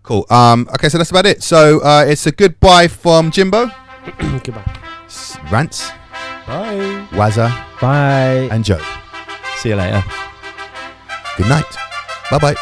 Cool. Um, okay, so that's about it. So uh, it's a goodbye from Jimbo, Goodbye. S- Rance, Bye. Wazza, Bye. and Joe. See you later. Good night. Bye bye.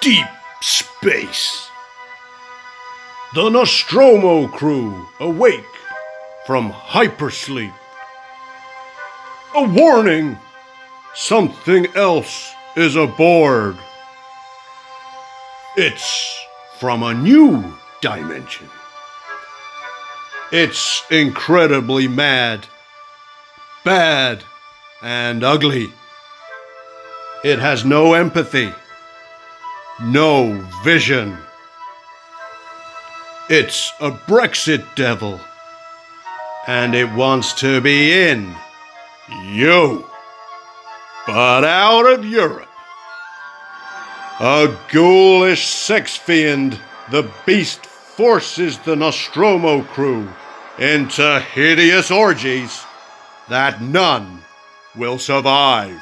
Deep space. The Nostromo crew awake from hypersleep. A warning! Something else is aboard. It's from a new dimension. It's incredibly mad, bad, and ugly. It has no empathy no vision. It's a Brexit devil, and it wants to be in you, but out of Europe. A ghoulish sex fiend, the beast forces the Nostromo crew into hideous orgies that none will survive.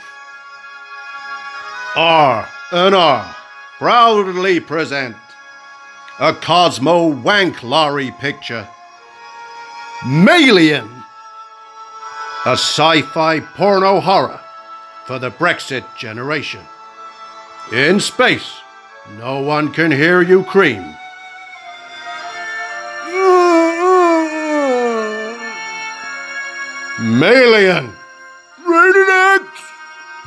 R and R proudly present a Cosmo Wank Lorry picture. Malian! A sci fi porno horror for the Brexit generation. In space, no one can hear you cream. Malian!